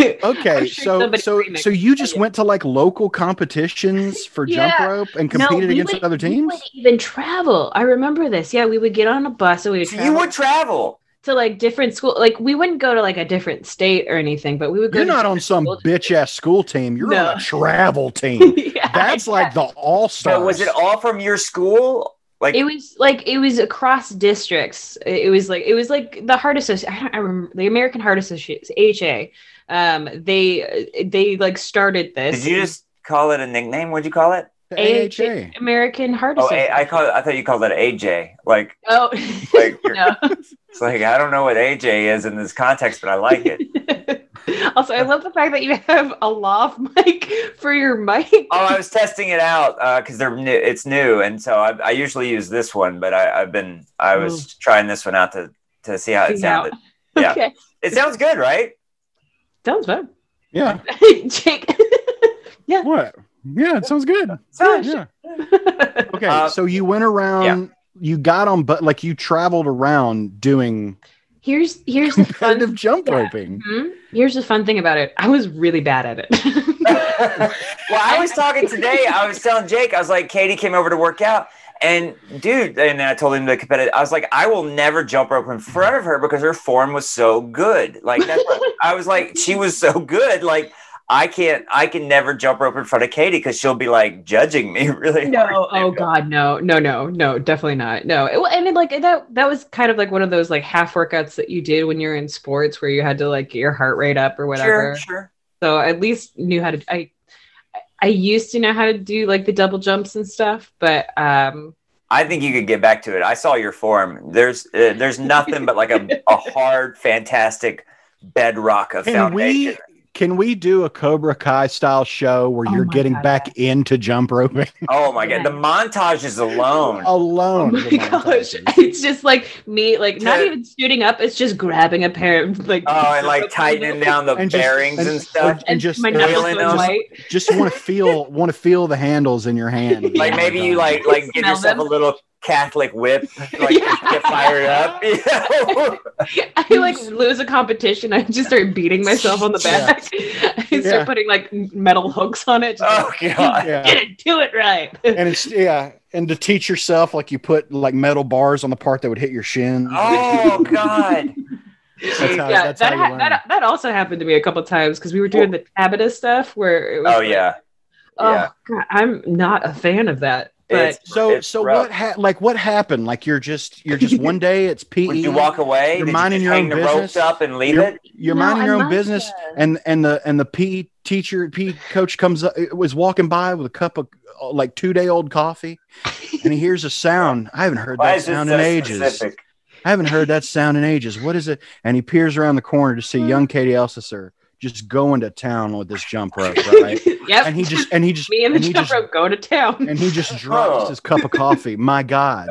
Speaker 2: Okay,
Speaker 4: I'm sure
Speaker 2: so
Speaker 4: somebody
Speaker 2: so
Speaker 4: remixed
Speaker 2: so you just
Speaker 4: it.
Speaker 2: went to like local competitions for jump
Speaker 4: Yeah.
Speaker 2: rope and competed
Speaker 4: we
Speaker 2: against
Speaker 4: would-
Speaker 2: other
Speaker 4: We
Speaker 2: teams?
Speaker 4: would even travel. I remember this. Yeah, we would get on a bus and we would
Speaker 3: So
Speaker 4: travel
Speaker 3: you would travel.
Speaker 4: to like different school. Like we wouldn't go to like a different state or anything, but we would go.
Speaker 2: You're
Speaker 4: to
Speaker 2: not on some
Speaker 4: schools.
Speaker 2: bitch ass school team. You're
Speaker 4: No.
Speaker 2: on a travel team.
Speaker 4: Yeah.
Speaker 2: That's like the all star.
Speaker 3: So was it all from your school? Like
Speaker 4: it was like it was across districts. It it was like it was like the heart association. I don't I remember the American Heart Association (AHA). Um, they they like started this.
Speaker 3: did you just call it a nickname? What'd you call it?
Speaker 2: AHA?
Speaker 4: American Heart
Speaker 3: Oh, a-
Speaker 4: Association?
Speaker 3: I call it, I thought you called it AJ. Like
Speaker 4: Oh,
Speaker 3: like you're-
Speaker 4: no.
Speaker 3: it's like I don't know what AJ is in this context, but I like it.
Speaker 4: also, I love the fact that you have a loft mic for your mic.
Speaker 3: Oh, I was testing it out because they're new. It's new, and so I, I usually use this one, but I, I've been I was trying this one out to to see how Oh. it
Speaker 4: See how-
Speaker 3: sounded. yeah.
Speaker 4: Okay,
Speaker 3: It sounds good, right?
Speaker 4: sounds fun.
Speaker 2: Yeah.
Speaker 4: Jake.
Speaker 2: What? Yeah, it sounds good.
Speaker 3: Sounds
Speaker 2: Yeah.
Speaker 4: yeah,
Speaker 2: Okay.
Speaker 3: Uh,
Speaker 2: so you went around. You got on, but like you traveled around doing
Speaker 4: here's here's the fun
Speaker 2: kind of jump
Speaker 4: yeah.
Speaker 2: roping.
Speaker 4: Mhm. Here's the fun thing about it. I was really bad at it.
Speaker 3: well, I was talking today. I was telling Jake, I was like, Katie came over to work out. And dude, and I told him the competitive. I was like, I will never jump rope in front of her because her form was so good. Like that's what, I was like, she was so good. Like I can't, I can never jump rope in front of Katie because she'll be like judging me really.
Speaker 4: no,
Speaker 3: hard.
Speaker 4: oh god, no, no, no, no, definitely not. No, It- well, and then, like that, that was kind of like one of those like half workouts that you did when you're in sports, where you had to like get your heart rate up or
Speaker 3: Sure,
Speaker 4: whatever.
Speaker 3: sure.
Speaker 4: So I at least knew how to. I I used to know how to do like the double jumps and stuff, but um,
Speaker 3: I think you could get back to it. I saw your form. There's, uh, there's nothing but like a, a hard, fantastic bedrock of
Speaker 2: Can
Speaker 3: foundation.
Speaker 2: we can we do a Cobra Kai style show where
Speaker 4: Oh
Speaker 2: you're
Speaker 4: my
Speaker 2: getting
Speaker 4: God,
Speaker 2: back into jump roping
Speaker 3: Oh my god, the montages alone.
Speaker 2: alone?
Speaker 4: oh
Speaker 2: the
Speaker 4: my gosh,
Speaker 2: montages?
Speaker 4: it's just like me, like not
Speaker 3: To-
Speaker 4: even shooting up. It's just grabbing a pair of like.
Speaker 3: Oh, and like tightening down the
Speaker 2: And just-
Speaker 3: bearings
Speaker 2: and- oh,
Speaker 3: and stuff.
Speaker 4: And
Speaker 2: just-
Speaker 4: just my
Speaker 2: and
Speaker 4: knuckles
Speaker 3: wheeling
Speaker 4: were
Speaker 3: those-
Speaker 4: white.
Speaker 2: Just want to feel want to feel the handles in your hand.
Speaker 3: Like maybe you like like give
Speaker 4: Smell
Speaker 3: yourself
Speaker 4: them.
Speaker 3: a little Catholic whip, like
Speaker 4: Yeah.
Speaker 3: get fired up. you know?
Speaker 4: I like lose a competition. I just start beating myself on the
Speaker 2: Yeah.
Speaker 4: back. I start
Speaker 2: Yeah.
Speaker 4: putting like metal hooks on it. Just
Speaker 3: oh
Speaker 4: like,
Speaker 3: god.
Speaker 2: Yeah.
Speaker 4: Get it, do it right.
Speaker 2: and it's yeah, and to teach yourself, like you put like metal bars on the part that would hit your shin.
Speaker 3: Oh god.
Speaker 2: That's how-
Speaker 4: yeah,
Speaker 2: that's how
Speaker 4: that,
Speaker 2: you
Speaker 4: ha-
Speaker 2: learn.
Speaker 4: that that also happened to me a couple times because we were doing the Tabata stuff where it was
Speaker 3: Oh
Speaker 4: like,
Speaker 3: yeah.
Speaker 4: oh
Speaker 3: Yeah.
Speaker 4: God, I'm not a fan of that. But
Speaker 3: It's-
Speaker 2: So
Speaker 3: it's
Speaker 2: so
Speaker 3: rough.
Speaker 2: what ha- like what happened? Like you're just you're just one day it's E PE.
Speaker 3: Would you walk away?
Speaker 2: You're
Speaker 3: Did you
Speaker 2: minding
Speaker 3: just
Speaker 2: your
Speaker 3: hang
Speaker 2: own
Speaker 3: the ropes
Speaker 2: business?
Speaker 3: up and leave
Speaker 2: You're-
Speaker 3: it?
Speaker 2: You're
Speaker 4: No,
Speaker 2: minding
Speaker 4: I
Speaker 2: your own
Speaker 4: love
Speaker 2: business,
Speaker 4: that.
Speaker 2: and and the and the PE teacher PE coach comes up was walking by with a cup of uh, like two day old coffee, and he hears a sound. I haven't heard
Speaker 3: Why
Speaker 2: that
Speaker 3: is this
Speaker 2: sound
Speaker 3: so
Speaker 2: in ages.
Speaker 3: specific?
Speaker 2: I haven't heard that sound in ages. What is it? And he peers around the corner to
Speaker 4: Hmm.
Speaker 2: see young Katie Elsesser just going to town with this jump rope, right?
Speaker 4: yep,
Speaker 2: and he just and he just
Speaker 4: me and the
Speaker 2: he
Speaker 4: jump
Speaker 2: just,
Speaker 4: rope go to town.
Speaker 2: and he just drops his cup of coffee. My God,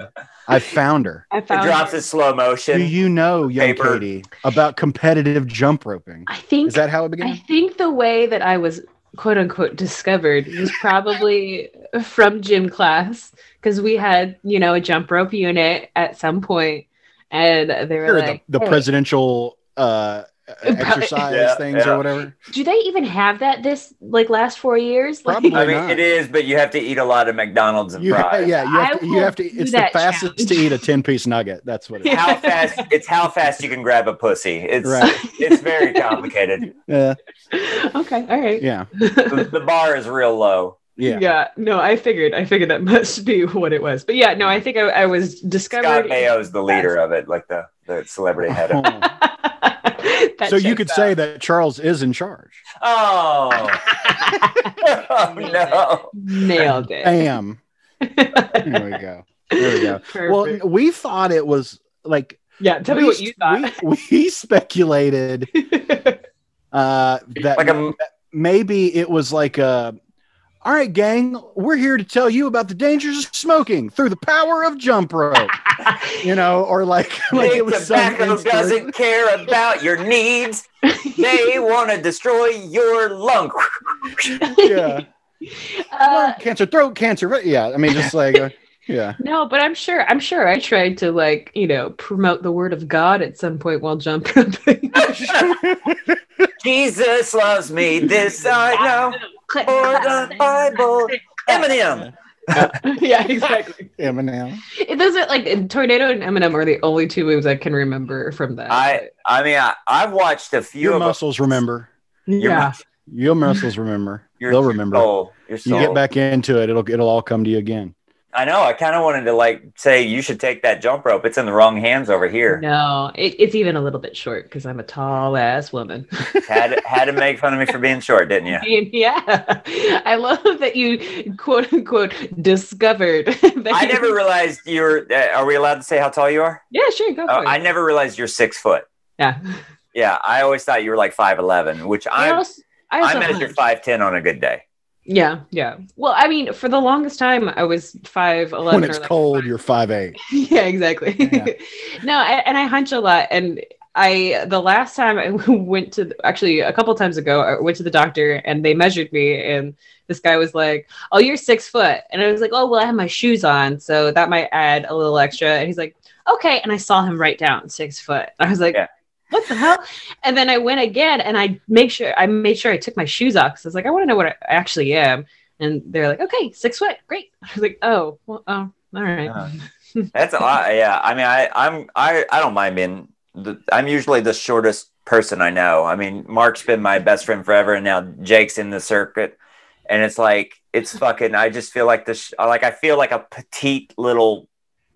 Speaker 2: I found her.
Speaker 4: I
Speaker 3: It
Speaker 4: found
Speaker 3: drops
Speaker 4: it.
Speaker 3: in slow
Speaker 2: Do
Speaker 3: motion.
Speaker 2: you know, young
Speaker 3: Paper.
Speaker 2: Katie, about competitive jump roping?
Speaker 4: I think
Speaker 2: Is that how it began?
Speaker 4: I think the way that I was quote unquote discovered was probably from gym class because we had, you know, a jump rope unit at some point and they were
Speaker 2: Sure,
Speaker 4: like,
Speaker 2: the, the
Speaker 4: "Hey,
Speaker 2: presidential uh exercise
Speaker 3: Yeah,
Speaker 2: things
Speaker 3: yeah.
Speaker 2: or whatever.
Speaker 4: Do they even have that this like last four years? Like,
Speaker 2: Probably.
Speaker 3: I mean,
Speaker 2: not?
Speaker 3: it is, but you have to eat a lot of McDonald's and
Speaker 2: You, yeah,
Speaker 3: fries.
Speaker 2: you have
Speaker 4: I
Speaker 2: to, you
Speaker 4: will
Speaker 2: have to
Speaker 4: do
Speaker 2: it's the
Speaker 4: that
Speaker 2: fastest to eat a 10 piece nugget. That's what it is.
Speaker 3: How fast? It's how fast you can grab a pussy. It's
Speaker 2: Right.
Speaker 3: it's very complicated.
Speaker 2: Yeah.
Speaker 4: okay, all right.
Speaker 2: Yeah.
Speaker 3: The, the bar is real low.
Speaker 2: Yeah.
Speaker 4: no, I figured. I figured that must be what it was. But yeah, no, I think I, I was discovered.
Speaker 3: Scott Mayo is the leader of it, like the the celebrity head. Of-
Speaker 2: Oh.
Speaker 4: That
Speaker 2: so you
Speaker 4: checks
Speaker 2: could
Speaker 4: out.
Speaker 2: say that Charles is in charge.
Speaker 3: oh. oh no!
Speaker 4: nailed it.
Speaker 2: Bam. there we go. There we go.
Speaker 4: Perfect.
Speaker 2: Well, we thought it was like
Speaker 4: yeah, tell me
Speaker 2: we-
Speaker 4: what you thought.
Speaker 2: We, we speculated uh that
Speaker 3: Like a
Speaker 2: maybe it was like uh all right, gang, we're here to tell you about the dangers of smoking through the power of jump rope. you know, or like like it was some
Speaker 3: tobacco
Speaker 2: insert.
Speaker 3: doesn't care about your needs. They want to destroy your lung.
Speaker 2: Yeah.
Speaker 4: Uh,
Speaker 2: Lung cancer, throat cancer. right? Yeah, I mean, just like uh, yeah,
Speaker 4: no, but I'm sure. I'm sure I tried to like you know promote the word of God at some point while jump roping.
Speaker 3: Jesus loves me. This I know.
Speaker 4: Click,
Speaker 3: For the
Speaker 4: click,
Speaker 3: Bible.
Speaker 4: click.
Speaker 3: Eminem.
Speaker 4: yeah, exactly.
Speaker 2: Eminem.
Speaker 4: It doesn't like Tornado and Eminem are the only two movies I can remember from that.
Speaker 3: I I mean I, I've watched a few
Speaker 2: Your
Speaker 3: of them.
Speaker 2: muscles remember.
Speaker 3: Your
Speaker 4: yeah.
Speaker 2: Your muscles remember.
Speaker 3: Your
Speaker 2: They'll remember.
Speaker 3: soul, your
Speaker 2: You
Speaker 3: soul.
Speaker 2: get back into it, it'll it'll all come to you again.
Speaker 3: I know. I kind of wanted to like say you should take that jump rope. It's in the wrong hands over here.
Speaker 4: No, it, it's even a little bit short because I'm a tall ass woman.
Speaker 3: had had to make fun of me for being short, didn't you?
Speaker 4: And yeah, I love that you quote unquote discovered that.
Speaker 3: I
Speaker 4: you-
Speaker 3: never realized you were. Uh, are we allowed to say how tall you are?
Speaker 4: Yeah, sure, go for
Speaker 3: Oh,
Speaker 4: it.
Speaker 3: I never realized you're six foot.
Speaker 4: yeah.
Speaker 3: Yeah, I always thought you were like five eleven, which
Speaker 4: I
Speaker 3: I'm.
Speaker 4: also, I
Speaker 3: I
Speaker 4: also
Speaker 3: measure five ten on a good day.
Speaker 4: Yeah, yeah. Well, I mean, for the longest time, I was five eleven.
Speaker 2: When it's
Speaker 4: or like
Speaker 2: cold, you're five eight.
Speaker 4: yeah exactly
Speaker 2: Yeah.
Speaker 4: no I, and i hunch a lot and i the last time i went to actually a couple times ago i went to the doctor and they measured me and this guy was like oh you're six foot and i was like oh well i have my shoes on so that might add a little extra and he's like okay and i saw him right down six foot i was like
Speaker 3: Yeah.
Speaker 4: What the hell? And then I went again, and I make sure I made sure I took my shoes off because I was like, I want to know what I actually am. And they're like, okay, six foot, great. I was like, oh, well, oh, all right.
Speaker 3: Uh, That's a lot. Yeah, I mean, I I'm I I don't mind being. The, I'm usually the shortest person I know. I mean, Mark's been my best friend forever, and now Jake's in the circuit, and it's like it's fucking. I just feel like this. Like I feel like a petite little,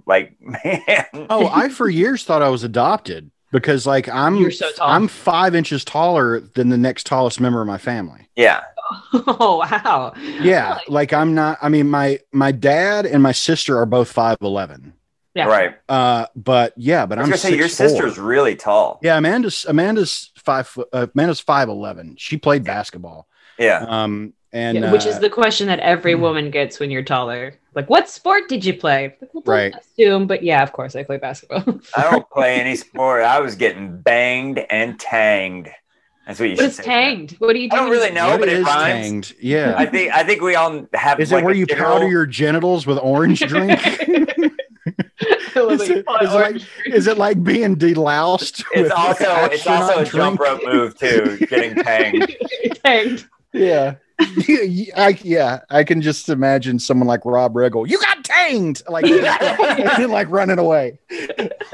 Speaker 3: like man.
Speaker 2: Oh, I for years thought I was adopted because like I'm
Speaker 4: You're so tall.
Speaker 2: I'm five inches taller than the next tallest member of my family.
Speaker 3: Yeah,
Speaker 4: Oh wow!
Speaker 2: Yeah, like I'm not. I mean, my my dad and my sister are both five eleven.
Speaker 4: Yeah.
Speaker 3: right.
Speaker 2: Uh, but yeah, but
Speaker 3: I was
Speaker 2: I'm
Speaker 3: gonna say your
Speaker 2: 6'4".
Speaker 3: sister's really tall.
Speaker 2: Yeah, Amanda's Amanda's five foot. Uh, Amanda's five eleven. She played basketball.
Speaker 3: Yeah.
Speaker 2: Um, and
Speaker 4: Yeah, which is
Speaker 2: uh,
Speaker 4: the question that every woman gets when you're taller. Like, what sport did you play? Like, well, don't
Speaker 2: Right.
Speaker 4: Assume, but yeah, of course, I play basketball. what
Speaker 3: I don't play any sport. I was getting banged and tanged. That's what you should
Speaker 4: is
Speaker 3: say.
Speaker 4: tanged? What do you do?
Speaker 3: I don't
Speaker 4: when
Speaker 3: really
Speaker 4: you-
Speaker 3: know,
Speaker 2: what
Speaker 3: but it
Speaker 2: is
Speaker 3: rhymes.
Speaker 2: tanged? Yeah.
Speaker 3: I think I think we all have.
Speaker 2: is
Speaker 3: like
Speaker 2: it where
Speaker 3: a
Speaker 2: you
Speaker 3: general-
Speaker 2: powder your genitals with orange drink?
Speaker 4: I love
Speaker 2: Is
Speaker 4: that you
Speaker 2: it-
Speaker 4: call
Speaker 2: is it like-
Speaker 4: orange.
Speaker 2: is it like being deloused?
Speaker 3: It's
Speaker 2: with
Speaker 3: also it's
Speaker 2: action
Speaker 3: also
Speaker 2: on
Speaker 3: a jump
Speaker 2: drink?
Speaker 3: rope move too. Getting tanged.
Speaker 4: tanged?
Speaker 2: Yeah. Yeah, I, yeah, I can just imagine someone like Rob Riggle. You got tanged, like, and, like running away,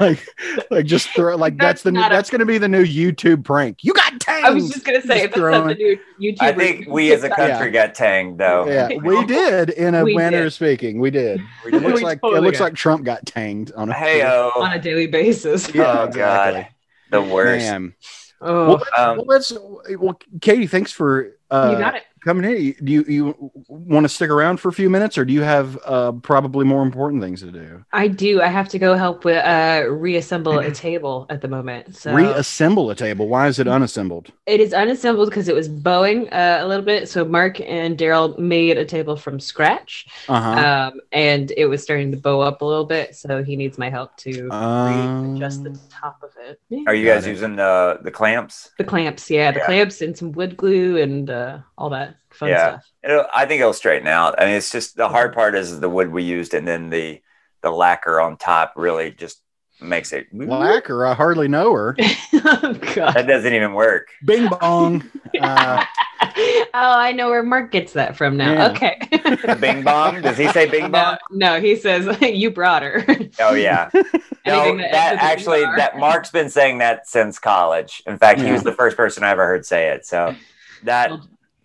Speaker 2: like, like just throw, like that's,
Speaker 4: That's
Speaker 2: the new,
Speaker 4: not a-
Speaker 2: that's going to be the new YouTube prank. You got tanged.
Speaker 4: I was just gonna say if
Speaker 2: Just
Speaker 4: that's not the
Speaker 2: throwing-
Speaker 4: new YouTuber.
Speaker 3: I think we as a country got tanged though.
Speaker 2: yeah, we did in a
Speaker 4: We
Speaker 2: manner
Speaker 4: did.
Speaker 2: of speaking. We did.
Speaker 3: We
Speaker 2: It
Speaker 3: did.
Speaker 2: looks
Speaker 4: We
Speaker 2: like it
Speaker 4: totally
Speaker 2: looks
Speaker 4: did.
Speaker 2: like Trump got tanged on a
Speaker 3: Hey
Speaker 4: on a
Speaker 3: oh,
Speaker 4: daily basis.
Speaker 3: Oh, God. the worst.
Speaker 2: Man.
Speaker 4: Oh,
Speaker 2: Well,
Speaker 3: Um,
Speaker 2: well, let's. Well, Katie, thanks for uh,
Speaker 4: you got it.
Speaker 2: coming in. Do you you want to stick around for a few minutes, or do you have uh, probably more important things to do?
Speaker 4: I do. I have to go help with uh, reassemble a table at the moment. So Mm-hmm.
Speaker 2: Reassemble a table. Why is it unassembled?
Speaker 4: It is unassembled because it was bowing uh, a little bit. So Mark and Daryl made a table from scratch,
Speaker 2: Uh
Speaker 3: Uh-huh.
Speaker 4: um, and it was starting to bow up a little bit. So he needs my help to
Speaker 2: huh.
Speaker 4: Uh,
Speaker 2: Um,
Speaker 4: readjust the top of it. Yeah.
Speaker 3: Um, Are you
Speaker 2: Got
Speaker 3: guys
Speaker 2: it.
Speaker 3: using the the clamps?
Speaker 4: The clamps, yeah, the
Speaker 3: Yeah.
Speaker 4: clamps and some wood glue and uh, all that fun
Speaker 3: Yeah.
Speaker 4: stuff.
Speaker 3: It'll, I think it'll straighten out. I mean, it's just the hard part is the wood we used, and then the the lacquer on top really just makes it
Speaker 2: Black or I hardly know her.
Speaker 4: oh god.
Speaker 3: that doesn't even work.
Speaker 2: Bing bong. Uh,
Speaker 4: oh, I know where Mark gets that from now.
Speaker 2: Yeah.
Speaker 4: Okay.
Speaker 3: The Bing Bong? Does he say Bing Bong?
Speaker 4: no, no, he says you brought her.
Speaker 3: Oh yeah. No,
Speaker 4: Anything that
Speaker 3: that,
Speaker 4: ends with a
Speaker 3: actually
Speaker 4: ER.
Speaker 3: that Mark's been saying that since college. In fact, he was the first person I ever heard say it. So that
Speaker 4: Well,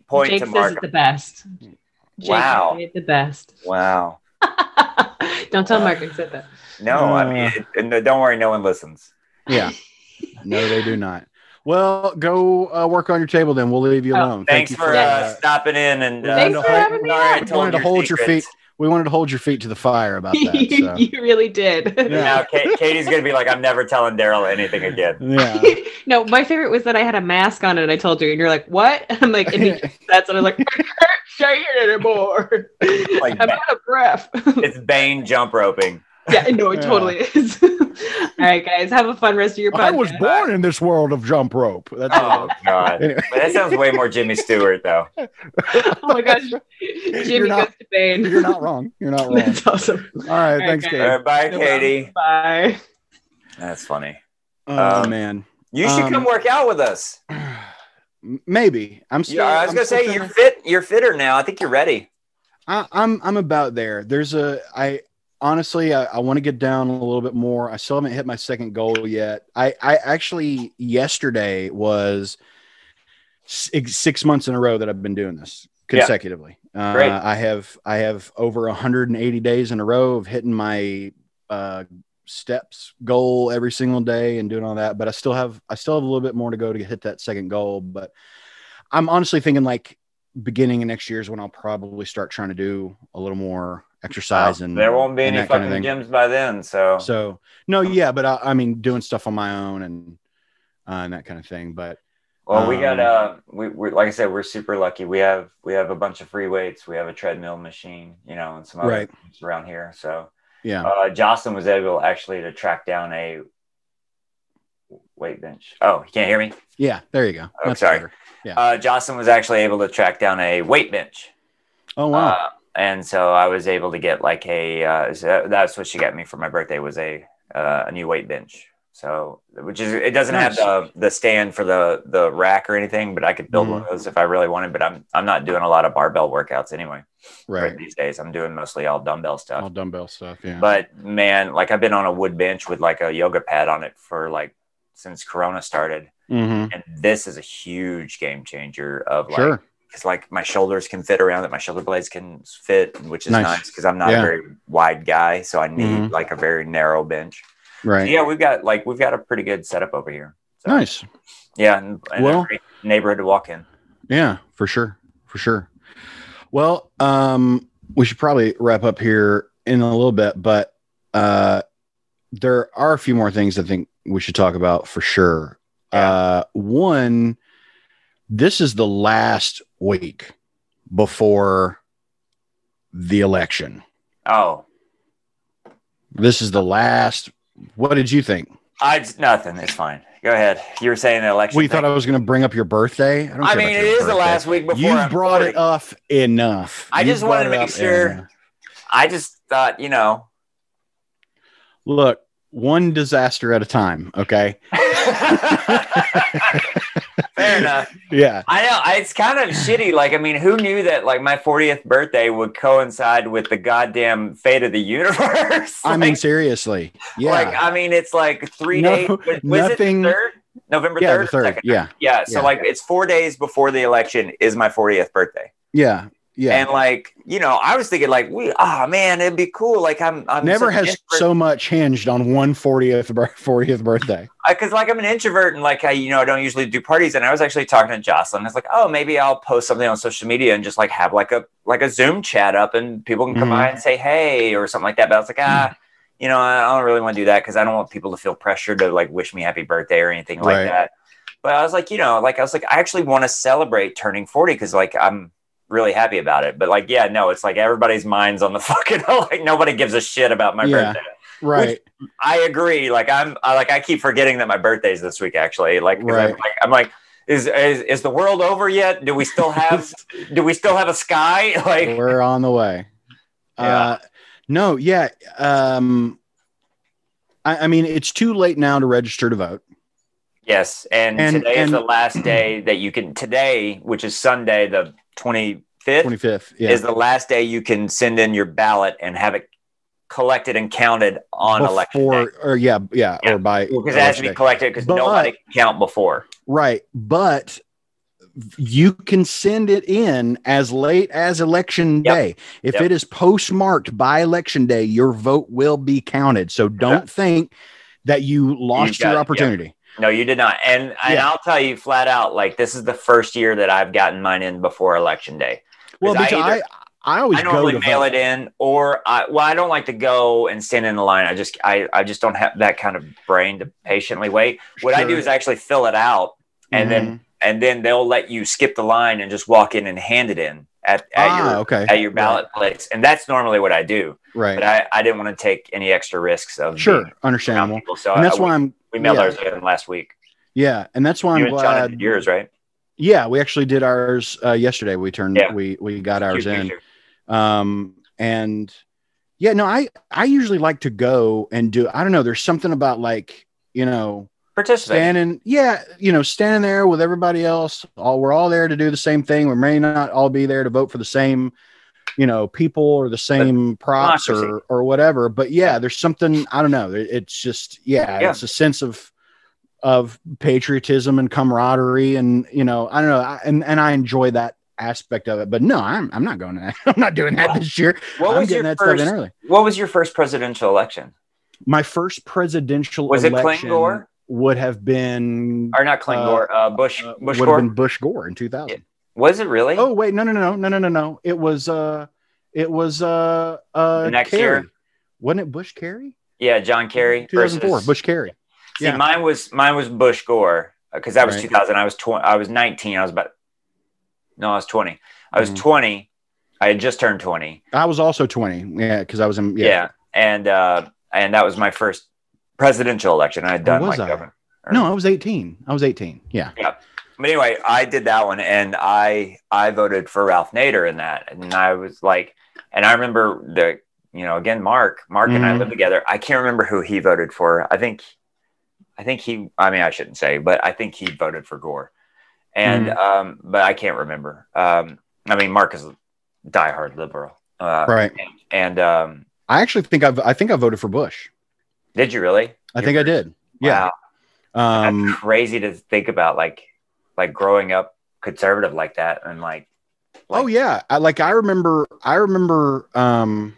Speaker 3: point
Speaker 4: Jake
Speaker 3: to
Speaker 4: says
Speaker 3: Mark.
Speaker 4: it the best. Jake
Speaker 3: Wow.
Speaker 4: said it the best.
Speaker 3: Wow.
Speaker 4: Don't tell
Speaker 3: Wow.
Speaker 4: Mark I said that.
Speaker 3: No, I mean, it, and no, don't worry, no one listens.
Speaker 2: yeah. No, they do not. Well, go uh, work on your table then. We'll leave you
Speaker 4: Oh,
Speaker 2: alone. Thank
Speaker 3: Thanks
Speaker 2: you
Speaker 3: for uh,
Speaker 4: Yes.
Speaker 3: stopping in and uh,
Speaker 4: Thanks
Speaker 2: no,
Speaker 4: for
Speaker 2: I-
Speaker 4: having me
Speaker 3: sorry I
Speaker 4: on.
Speaker 3: told
Speaker 2: wanted to hold your
Speaker 3: secrets.
Speaker 2: we wanted to hold your feet to the fire about that.
Speaker 4: you,
Speaker 2: So.
Speaker 4: you really did.
Speaker 2: Yeah.
Speaker 3: Now Kate, Katie's gonna be like, I'm never telling Daryl anything again.
Speaker 2: Yeah.
Speaker 4: no, my favorite was that I had a mask on and I told you, and you're like, "What?" I'm like, and you- "That's," and I'm like, "I can't say it anymore.
Speaker 3: Like
Speaker 4: I'm
Speaker 3: that.
Speaker 4: out of breath."
Speaker 3: It's Bane jump roping.
Speaker 4: yeah, no, it
Speaker 2: Yeah.
Speaker 4: totally is. All right, guys, have a fun rest of your podcast.
Speaker 2: I was born
Speaker 4: uh,
Speaker 2: in this world of jump rope. That's
Speaker 3: Oh god.
Speaker 2: Anyway.
Speaker 3: But that sounds way more Jimmy Stewart though.
Speaker 4: oh my gosh,
Speaker 2: You're
Speaker 4: Jimmy
Speaker 2: not-
Speaker 4: goes to Bane.
Speaker 2: You're not wrong. You're not wrong.
Speaker 4: That's awesome.
Speaker 2: All right. Thanks,
Speaker 4: Okay.
Speaker 3: All right,
Speaker 2: Dave.
Speaker 3: bye,
Speaker 4: No problem.
Speaker 3: Katie.
Speaker 4: Bye.
Speaker 3: That's funny.
Speaker 2: Oh,
Speaker 3: Um,
Speaker 2: man.
Speaker 3: You should
Speaker 2: Um,
Speaker 3: come work out with us.
Speaker 2: Maybe. I'm still.
Speaker 3: Yeah, I was
Speaker 2: I'm
Speaker 3: gonna
Speaker 2: still
Speaker 3: say
Speaker 2: trying
Speaker 3: you're
Speaker 2: to-
Speaker 3: fit. You're fitter now. I think you're ready.
Speaker 2: I, I'm I'm about there. There's a I honestly I, I want to get down a little bit more. I still haven't hit my second goal yet. I I actually yesterday was six, six months in a row that I've been doing this
Speaker 3: Yeah.
Speaker 2: consecutively. Uh,
Speaker 3: Great.
Speaker 2: I have I have over 180 days in a row of hitting my uh, steps goal every single day and doing all that. But I still have I still have a little bit more to go to hit that second goal. But I'm honestly thinking like beginning of next year is when I'll probably start trying to do a little more exercise and
Speaker 3: there won't be
Speaker 2: and
Speaker 3: any
Speaker 2: that kinda
Speaker 3: fucking gyms by then. So,
Speaker 2: So no, yeah, but I, I mean doing stuff on my own and uh, and that kind of thing. But
Speaker 3: well, we got
Speaker 2: um,
Speaker 3: uh, we we're, like I said, we're super lucky. We have we have a bunch of free weights. We have a treadmill machine, you know, and some other
Speaker 2: Right.
Speaker 3: things around here. So,
Speaker 2: yeah,
Speaker 3: uh, Jocelyn was able actually to track down a weight bench. Oh, you can't hear me.
Speaker 2: yeah, there you go.
Speaker 3: Oh, sorry.
Speaker 2: better.
Speaker 3: Uh, Jocelyn was actually able to track down a weight bench.
Speaker 2: Oh wow.
Speaker 3: Uh, and so I was able to get like a uh, so that- that's what she got me for my birthday was a uh, a new weight bench. So which is it doesn't have
Speaker 2: Nice.
Speaker 3: the the stand for the the rack or anything, but I could build one
Speaker 2: Mm-hmm.
Speaker 3: of those if I really wanted. But I'm I'm not doing a lot of barbell workouts anyway right.
Speaker 2: right.
Speaker 3: these days. I'm doing mostly all dumbbell stuff.
Speaker 2: All dumbbell stuff. Yeah.
Speaker 3: But man, like I've been on a wood bench with like a yoga pad on it for like since Corona started,
Speaker 2: Mhm.
Speaker 3: and this is a huge game changer of like
Speaker 2: Sure.
Speaker 3: because like my shoulders can fit around it, my shoulder blades can fit, which is
Speaker 2: Nice.
Speaker 3: nice because I'm not a
Speaker 2: Yeah.
Speaker 3: very wide guy, so I need
Speaker 2: Mhm.
Speaker 3: like a very narrow bench.
Speaker 2: Right.
Speaker 3: Yeah, we've got like we've got a pretty good setup over here. So,
Speaker 2: Nice.
Speaker 3: Yeah, and, and
Speaker 2: Well-
Speaker 3: a great neighborhood to walk in.
Speaker 2: Yeah, for sure. For sure. Well, um, we should probably wrap up here in a little bit, but uh there are a few more things I think we should talk about for sure.
Speaker 3: Yeah.
Speaker 2: Uh one, this is the last week before the election.
Speaker 3: Oh,
Speaker 2: This is the last what did you think?
Speaker 3: I j- nothing. It's fine. Go ahead. You were saying the election.
Speaker 2: We thought I
Speaker 3: thing.
Speaker 2: was gonna bring up your birthday. I don't
Speaker 3: I
Speaker 2: care
Speaker 3: mean,
Speaker 2: about
Speaker 3: it
Speaker 2: your
Speaker 3: is the
Speaker 2: birthday.
Speaker 3: last week before.
Speaker 2: You've
Speaker 3: I'm
Speaker 2: brought
Speaker 3: 40.
Speaker 2: it up enough.
Speaker 3: I
Speaker 2: You've
Speaker 3: just wanted to
Speaker 2: brought it
Speaker 3: make
Speaker 2: up
Speaker 3: sure-
Speaker 2: enough.
Speaker 3: I just thought, you know.
Speaker 2: Look, one disaster at a time. Okay.
Speaker 3: Fair enough.
Speaker 2: Yeah.
Speaker 3: I know I- it's kind of shitty. Like, I mean, who knew that like my 40th birthday would coincide with the goddamn fate of the universe?
Speaker 2: I
Speaker 3: like,
Speaker 2: mean, seriously. Yeah.
Speaker 3: like, I mean, it's like three
Speaker 2: No,
Speaker 3: days. Was
Speaker 2: nothing-
Speaker 3: it the third? November
Speaker 2: yeah.
Speaker 3: 3rd?
Speaker 2: The third.
Speaker 3: Second?
Speaker 2: Yeah.
Speaker 3: Yeah. So
Speaker 2: Yeah.
Speaker 3: like, it's four days before the election is my 40th birthday,
Speaker 2: Yeah. Yeah.
Speaker 3: and like, you know, I was thinking like, we, oh man, it'd be cool. Like, I'm, I'm
Speaker 2: Never has so much hinged on one 40th, bir- 40th birthday.
Speaker 3: because like I'm an introvert and like I, you know, I don't usually do parties. And I was actually talking to Jocelyn. I was like, oh, maybe I'll post something on social media and just like have like a like a Zoom chat up and people can come
Speaker 2: Mhm.
Speaker 3: by and say hey or something like that. But I was like,
Speaker 2: Mm.
Speaker 3: ah, you know, I I don't really want to do that because I don't want people to feel pressured to like wish me happy birthday or anything like
Speaker 2: Right.
Speaker 3: that. But I was like, you know, like I was like, I actually want to celebrate turning 40 because like I'm really happy about it. But like, yeah, no, it's like everybody's minds on the fucking like nobody gives a shit about my
Speaker 2: Yeah.
Speaker 3: birthday.
Speaker 2: Right.
Speaker 3: I agree. Like I'm, I, like I keep forgetting that my birthday's this week. Actually, like 'cause I'm
Speaker 2: Right.
Speaker 3: like, I'm like, is, is is the world over yet? Do we still have do we still have a sky? Like,
Speaker 2: We're on the way. Uh, no. Yeah. Um, I, I mean, it's too late now to register to vote.
Speaker 3: Yes, and,
Speaker 2: And-
Speaker 3: today is
Speaker 2: and-
Speaker 3: the last day that you can. Today, which is Sunday, the twenty
Speaker 2: Twenty
Speaker 3: fifth,
Speaker 2: fifth. Yeah.
Speaker 3: is the last day you can send in your ballot and have it collected and counted on election day.
Speaker 2: Before- or yeah, yeah,
Speaker 3: Yeah.
Speaker 2: or by
Speaker 3: Because it has to
Speaker 2: election
Speaker 3: be
Speaker 2: day.
Speaker 3: collected because
Speaker 2: But-
Speaker 3: nobody can count before.
Speaker 2: Right. But you can send it in as late as election
Speaker 3: Yep.
Speaker 2: day. If
Speaker 3: Yep.
Speaker 2: it is postmarked by election day, your vote will be counted. So don't think that you lost
Speaker 3: got it.
Speaker 2: your
Speaker 3: Yep.
Speaker 2: opportunity.
Speaker 3: No, you did not. And and
Speaker 2: Yeah.
Speaker 3: I'll tell you flat out, like this is the first year that I've gotten mine in before election day.
Speaker 2: Well,
Speaker 3: Because
Speaker 2: because
Speaker 3: I
Speaker 2: I,
Speaker 3: either-
Speaker 2: I always
Speaker 3: I normally
Speaker 2: go to
Speaker 3: mail
Speaker 2: vote.
Speaker 3: it in, or I well, I don't like to go and stand in the line. I just I, I just don't have that kind of brain to patiently wait. What I
Speaker 2: Sure.
Speaker 3: do is actually fill it out, and then
Speaker 2: Mm-hmm.
Speaker 3: and then they'll let you skip the line and just walk in and hand it in at, at
Speaker 2: ah,
Speaker 3: your
Speaker 2: okay.
Speaker 3: at your ballot place. And that's normally what I do.
Speaker 2: Right.
Speaker 3: But I, I didn't want to take any extra risks of
Speaker 2: sure.
Speaker 3: being around
Speaker 2: Understandable.
Speaker 3: people. So
Speaker 2: And that's
Speaker 3: I,
Speaker 2: why I'm
Speaker 3: we mailed
Speaker 2: yeah.
Speaker 3: ours in last week.
Speaker 2: yeah, and that's why
Speaker 3: you
Speaker 2: I'm
Speaker 3: and John
Speaker 2: glad.
Speaker 3: did yours, right?
Speaker 2: Yeah, we actually did ours uh, yesterday. We turned
Speaker 3: Yeah.
Speaker 2: we we got ours
Speaker 3: Huge
Speaker 2: in.
Speaker 3: picture.
Speaker 2: um and yeah no i i usually like to go and do i don't know there's something about like you know
Speaker 3: Participate.
Speaker 2: standing yeah you know standing there with everybody else all we're all there to do the same thing we may not all be there to vote for the same you know people or the same props or
Speaker 3: democracy.
Speaker 2: or whatever but yeah there's something i don't know it- it's just yeah,
Speaker 3: Yeah.
Speaker 2: it's a sense of of patriotism and camaraderie and you know i don't know I, and and i enjoy that aspect of it but no i'm i'm not going to that i'm not doing that this year
Speaker 3: what
Speaker 2: i'm
Speaker 3: was
Speaker 2: getting
Speaker 3: your
Speaker 2: that
Speaker 3: first?
Speaker 2: stuff in early
Speaker 3: What was your first presidential election?
Speaker 2: my first presidential
Speaker 3: Was it Clinton
Speaker 2: election
Speaker 3: Gore?
Speaker 2: would have been
Speaker 3: Or not Clinton
Speaker 2: Uh,
Speaker 3: Gore? Uh, Bush.
Speaker 2: uh,
Speaker 3: Bush
Speaker 2: would
Speaker 3: Gore.
Speaker 2: have been Bush Gore in 2000.
Speaker 3: Was it really?
Speaker 2: Oh wait, no, no, no, no, no, no, no. It was uh, it was uh, uh,
Speaker 3: The next
Speaker 2: Kerry.
Speaker 3: year?
Speaker 2: wasn't it Bush Kerry?
Speaker 3: yeah, John Kerry.
Speaker 2: 2004,
Speaker 3: versus-
Speaker 2: Bush Kerry.
Speaker 3: See,
Speaker 2: yeah.
Speaker 3: mine was mine was Bush Gore because that was
Speaker 2: Right.
Speaker 3: 2000. I was 20. I was 19. I was about. No, I was 20. I was
Speaker 2: Mhm.
Speaker 3: 20. I had just turned 20.
Speaker 2: I was also 20. Yeah, because I was in.
Speaker 3: Yeah.
Speaker 2: Yeah.
Speaker 3: And uh, and that was my first presidential election. I had
Speaker 2: Or
Speaker 3: done
Speaker 2: was
Speaker 3: like
Speaker 2: I?
Speaker 3: governor.
Speaker 2: No, I was 18. I was 18. Yeah.
Speaker 3: But anyway, I did that one, and I I voted for Ralph Nader in that, and I was like, and I remember the you know again Mark Mark and I
Speaker 2: Mhm.
Speaker 3: lived together. I can't remember who he voted for. I think I think he. I mean, I shouldn't say, but I think he voted for Gore, and
Speaker 2: Mm-hmm.
Speaker 3: um, but I can't remember. Um, I mean, Mark is a diehard liberal, uh,
Speaker 2: Right.
Speaker 3: and um,
Speaker 2: I actually think I've. I think I voted for Bush.
Speaker 3: did you really?
Speaker 2: I think I did. Yeah.
Speaker 3: Wow.
Speaker 2: Um.
Speaker 3: That's crazy to think about, like like growing up conservative like that, and like, like
Speaker 2: oh yeah. I like. I remember. I remember. Um.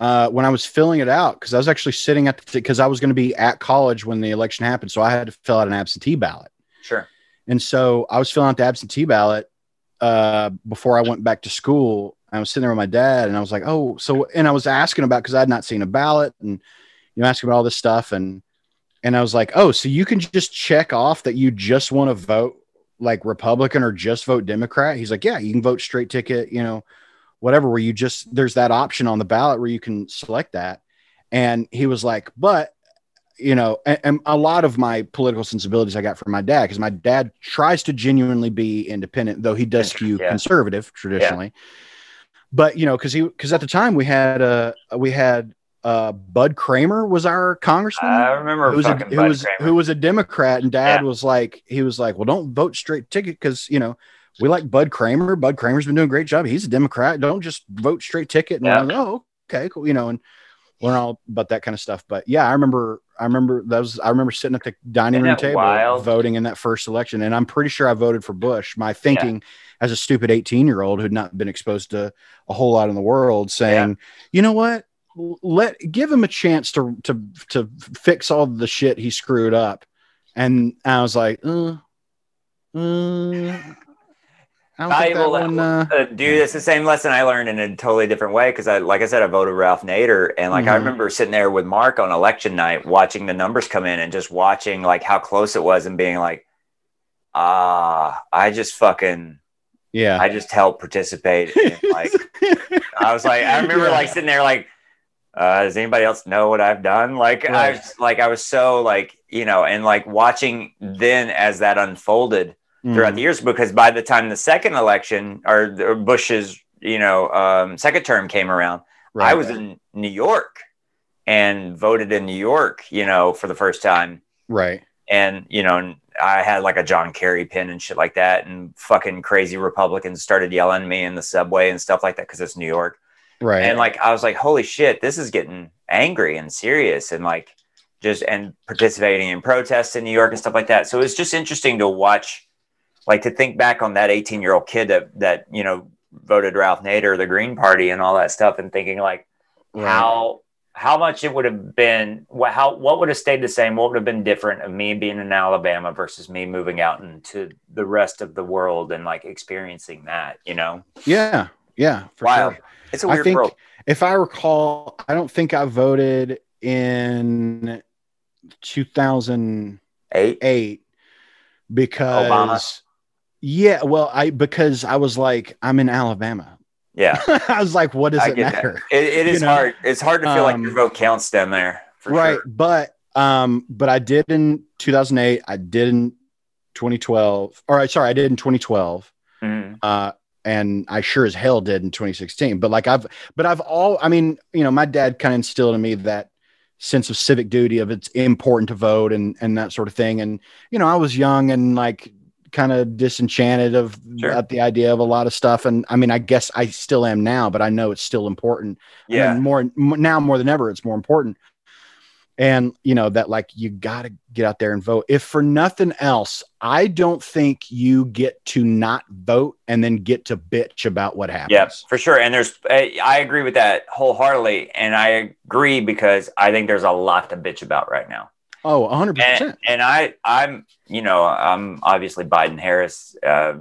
Speaker 2: Uh, when I was filling it out, because I was actually sitting at the, because I was going to be at college when the election happened, so I had to fill out an absentee ballot.
Speaker 3: sure.
Speaker 2: And so I was filling out the absentee ballot uh, before I went back to school. I was sitting there with my dad, and I was like, "Oh, so," and I was asking about because I had not seen a ballot, and you know, asking about all this stuff, and and I was like, "Oh, so you can just check off that you just want to vote like Republican or just vote Democrat?" He's like, "Yeah, you can vote straight ticket, you know, whatever." Where you just there's that option on the ballot where you can select that, and he was like, "But you know, and, and a lot of my political sensibilities I got from my dad because my dad tries to genuinely be independent, though he does skew
Speaker 3: Yeah.
Speaker 2: conservative traditionally. But you know, because he because at the time we had uh we had uh Bud Kramer was our congressman.
Speaker 3: I remember
Speaker 2: who was a,
Speaker 3: fucking
Speaker 2: who
Speaker 3: Bud
Speaker 2: was
Speaker 3: Kramer.
Speaker 2: who was a Democrat, and Dad
Speaker 3: Yeah.
Speaker 2: was like, he was like, well, don't vote straight ticket because you know we like Bud Kramer. Bud Kramer's been doing a great job. He's a Democrat. Don't just vote straight ticket. And
Speaker 3: Yeah.
Speaker 2: I was, oh, okay, cool. You know, and learn all about that kind of stuff. But yeah, I remember, I remember that was, I remember sitting at the dining
Speaker 3: Isn't
Speaker 2: room
Speaker 3: that
Speaker 2: table
Speaker 3: wild?
Speaker 2: voting in that first election, and I'm pretty sure I voted for Bush. My thinking as a stupid 18 year old who'd not been exposed to a whole lot in the world, saying, you know what, let give him a chance to to to fix all the shit he screwed up, and I was like, uh, uh, I don't think that
Speaker 3: Valuable
Speaker 2: one. Uh,
Speaker 3: uh, dude, it's the same lesson I learned in a totally different way because I, like I said, I voted Ralph Nader, and like I
Speaker 2: Mhm.
Speaker 3: remember sitting there with Mark on election night, watching the numbers come in, and just watching like how close it was, and being like, ah, I just fucking,
Speaker 2: yeah.
Speaker 3: I just helped participate. in, like I was like, I remember
Speaker 2: Yeah.
Speaker 3: like sitting there like, uh, does anybody else know what I've done? Like I
Speaker 2: Right.
Speaker 3: was like I was so like you know, and like watching then as that unfolded
Speaker 2: Mm, Hmm.
Speaker 3: throughout the years because by the time the second election or the- or Bush's you know um, second term came around, I was in New York and voted in New York, you know, for the first time.
Speaker 2: Right.
Speaker 3: And, you know, and I had like a John Kerry pin and shit like that. And fucking crazy Republicans started yelling at me in the subway and stuff like that because it's New York.
Speaker 2: Right.
Speaker 3: And like, I was like, holy shit, this is getting angry and serious and like just and participating in protests in New York and stuff like that. So it's just interesting to watch, like to think back on that 18 year old kid that, that, you know, voted Ralph Nader, the Green Party, and all that stuff, and thinking like
Speaker 2: Right.
Speaker 3: how how much it would have been, what how what would have stayed the same, what would have been different of me being in Alabama versus me moving out into the rest of the world and like experiencing that, you know?
Speaker 2: yeah. Yeah. For
Speaker 3: Wow.
Speaker 2: sure.
Speaker 3: It's a
Speaker 2: I
Speaker 3: weird
Speaker 2: think
Speaker 3: world.
Speaker 2: if I recall, I don't think I voted in 2008
Speaker 3: Eight.
Speaker 2: because yeah, well, I because I was like I'm in Alabama.
Speaker 3: Yeah.
Speaker 2: I was like what does
Speaker 3: I
Speaker 2: it
Speaker 3: get that.
Speaker 2: matter?
Speaker 3: It, it
Speaker 2: You
Speaker 3: is
Speaker 2: know?
Speaker 3: hard. It's hard to feel like your
Speaker 2: Um,
Speaker 3: vote counts down there. For
Speaker 2: right,
Speaker 3: Sure.
Speaker 2: but um but I did in 2008, I did in 2012 or I sorry, I did in 2012.
Speaker 3: Mhm.
Speaker 2: Uh and I sure as hell did in 2016. But like I've but I've all I mean, you know, my dad kind of instilled in me that sense of civic duty of it's important to vote and and that sort of thing. And you know, I was young and like kind of disenchanted of
Speaker 3: Sure.
Speaker 2: at the idea of a lot of stuff. And I mean, I guess I still am now, but I know it's still important
Speaker 3: Yeah.
Speaker 2: and more m- now more than ever it's more important and you know that like you got to get out there and vote if for nothing else i don't think you get to not vote and then get to bitch about what happens
Speaker 3: Yeah, for sure. And there's, I I agree with that wholeheartedly. And I agree because I think there's a lot to bitch about right now.
Speaker 2: oh 100%
Speaker 3: And, and I, I'm, you know, I'm obviously Biden Harris uh,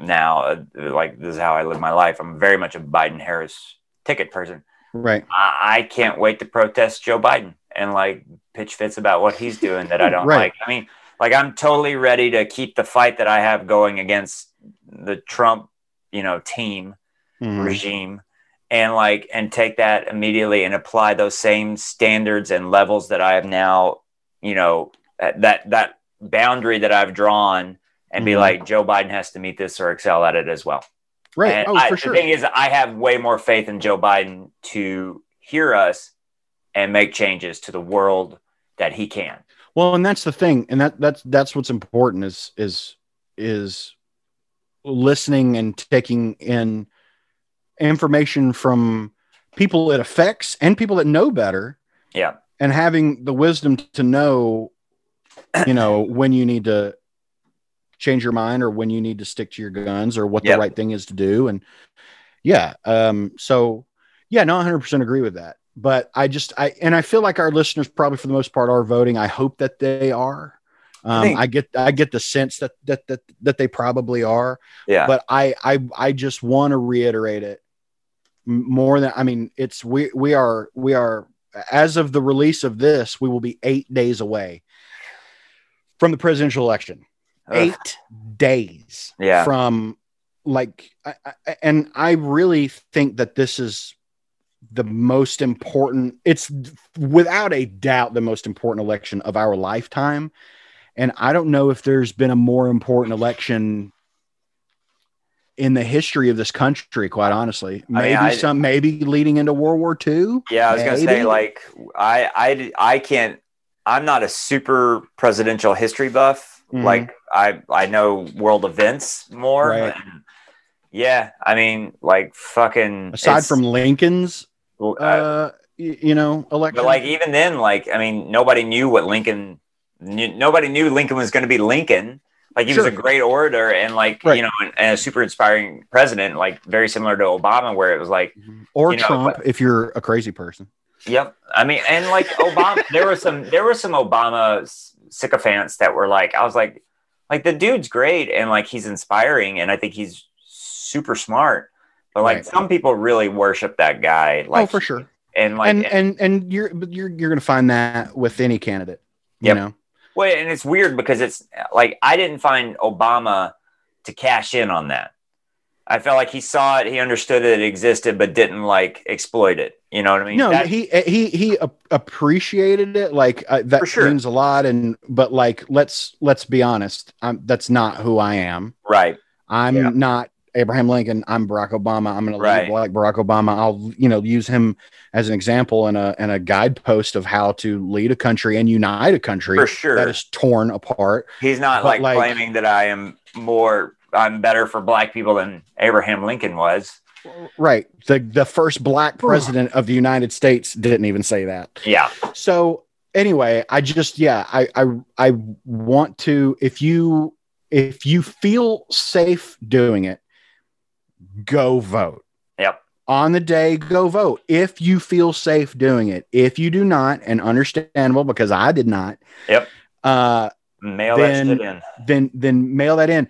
Speaker 3: now. Uh, like, this is how I live my life. I'm very much a Biden Harris ticket person.
Speaker 2: right
Speaker 3: I, I can't wait to protest Joe Biden and like pitch fits about what he's doing that I don't
Speaker 2: Right.
Speaker 3: like. I mean, like I'm totally ready to keep the fight that I have going against the Trump, you know, team
Speaker 2: Mhm.
Speaker 3: regime and like and take that immediately and apply those same standards and levels that I have now, you know, that that- that boundary that I've drawn and be
Speaker 2: Mhm.
Speaker 3: like Joe Biden has to meet this or excel at it as well.
Speaker 2: right
Speaker 3: And
Speaker 2: oh
Speaker 3: I,
Speaker 2: for
Speaker 3: the
Speaker 2: sure
Speaker 3: thing is, I have way more faith in Joe Biden to hear us and make changes to the world that he can.
Speaker 2: well and that's the thing and that that's that's what's important is is is listening and taking in information from people it affects and people that know better
Speaker 3: Yeah.
Speaker 2: and having the wisdom to know you know when you need to change your mind or when you need to stick to your guns or what
Speaker 3: Yeah.
Speaker 2: the right thing is to do and yeah um so yeah no 100% agree with that but i just i and i feel like our listeners probably for the most part are voting i hope that they are um,
Speaker 3: think-
Speaker 2: I get I get the sense that that that that they probably are
Speaker 3: Yeah.
Speaker 2: but I I I just want to reiterate it m- more than I mean it's we we are we are as of the release of this we will be 8 days away from the presidential election.
Speaker 3: Ugh.
Speaker 2: 8 days
Speaker 3: Yeah.
Speaker 2: from like I, I, and I really think that this is the most important it's without a doubt the most important election of our lifetime and I don't know if there's been a more important election in the history of this country, quite honestly.
Speaker 3: mean,
Speaker 2: Maybe
Speaker 3: I-
Speaker 2: some, maybe leading into World War II.
Speaker 3: Yeah, I was gonna say
Speaker 2: Maybe.
Speaker 3: like I I I can't. I'm not a super presidential history buff.
Speaker 2: Mhm.
Speaker 3: Like I I know world events more.
Speaker 2: Right.
Speaker 3: And yeah, I mean like fucking.
Speaker 2: Aside
Speaker 3: it's-
Speaker 2: from Lincoln's,
Speaker 3: uh,
Speaker 2: uh, y- you know, election.
Speaker 3: but like even then, like I mean, nobody knew what Lincoln. Knew, nobody knew Lincoln was going to be Lincoln. Like he was
Speaker 2: Sure.
Speaker 3: a great orator and like
Speaker 2: Right.
Speaker 3: you know and, and a super inspiring president. Like very similar to Obama, where it was like.
Speaker 2: or
Speaker 3: you know,
Speaker 2: Trump, if you're a crazy person.
Speaker 3: Yep. I mean, and like Obama, there were some there were some Obama s- sycophants that were like, I was like, like the dude's great and like he's inspiring and I think he's super smart. But like
Speaker 2: Right.
Speaker 3: some people really worship that guy. Like
Speaker 2: oh, for sure.
Speaker 3: And like
Speaker 2: and and and you're but you're you're gonna find that with any candidate. You
Speaker 3: Yep.
Speaker 2: know,
Speaker 3: well, and it's weird because it's like I didn't find Obama to cash in on that. I felt like he saw it, he understood it existed, but didn't like exploit it. You know what I mean?
Speaker 2: no,
Speaker 3: That-
Speaker 2: he he he ap- appreciated it. Like uh, that
Speaker 3: For sure.
Speaker 2: means a lot. And but like, let's let's be honest. I'm, that's not who I am.
Speaker 3: right.
Speaker 2: I'm
Speaker 3: Yeah.
Speaker 2: not Abraham Lincoln. I'm Barack Obama. I'm going
Speaker 3: Right.
Speaker 2: to live like Barack Obama. I'll you know use him as an example and a and a guidepost of how to lead a country and unite a country
Speaker 3: for sure.
Speaker 2: that is torn apart.
Speaker 3: He's not
Speaker 2: But,
Speaker 3: like,
Speaker 2: like-
Speaker 3: claiming that I am more, I'm better for black people than Abraham Lincoln was.
Speaker 2: Right. The the first black president of the United States didn't even say that.
Speaker 3: Yeah.
Speaker 2: so anyway i just yeah I, I i want to if you if you feel safe doing it go vote
Speaker 3: Yep.
Speaker 2: on the day go vote if you feel safe doing it if you do not and understandable because i did not
Speaker 3: Yep.
Speaker 2: uh
Speaker 3: Mail
Speaker 2: Then-
Speaker 3: that shit in.
Speaker 2: then then mail that in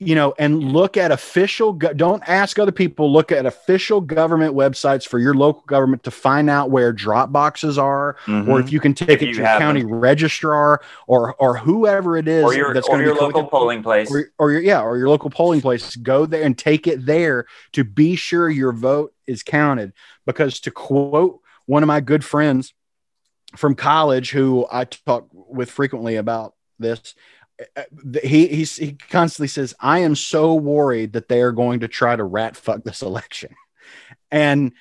Speaker 2: you know and look at official go- don't ask other people look at official government websites for your local government to find out where drop boxes are
Speaker 3: Mhm.
Speaker 2: or if you can take
Speaker 3: If
Speaker 2: it to
Speaker 3: you
Speaker 2: your
Speaker 3: have
Speaker 2: county registrar or or whoever it is
Speaker 3: Or your,
Speaker 2: that's
Speaker 3: or
Speaker 2: going to
Speaker 3: your
Speaker 2: be collecting-
Speaker 3: local polling place.
Speaker 2: or, or your yeah or your local polling place go there and take it there to be sure your vote is counted because to quote one of my good friends from college who I talk with frequently about this uh, he he's, he constantly says I am so worried that they are going to try to rat fuck this election and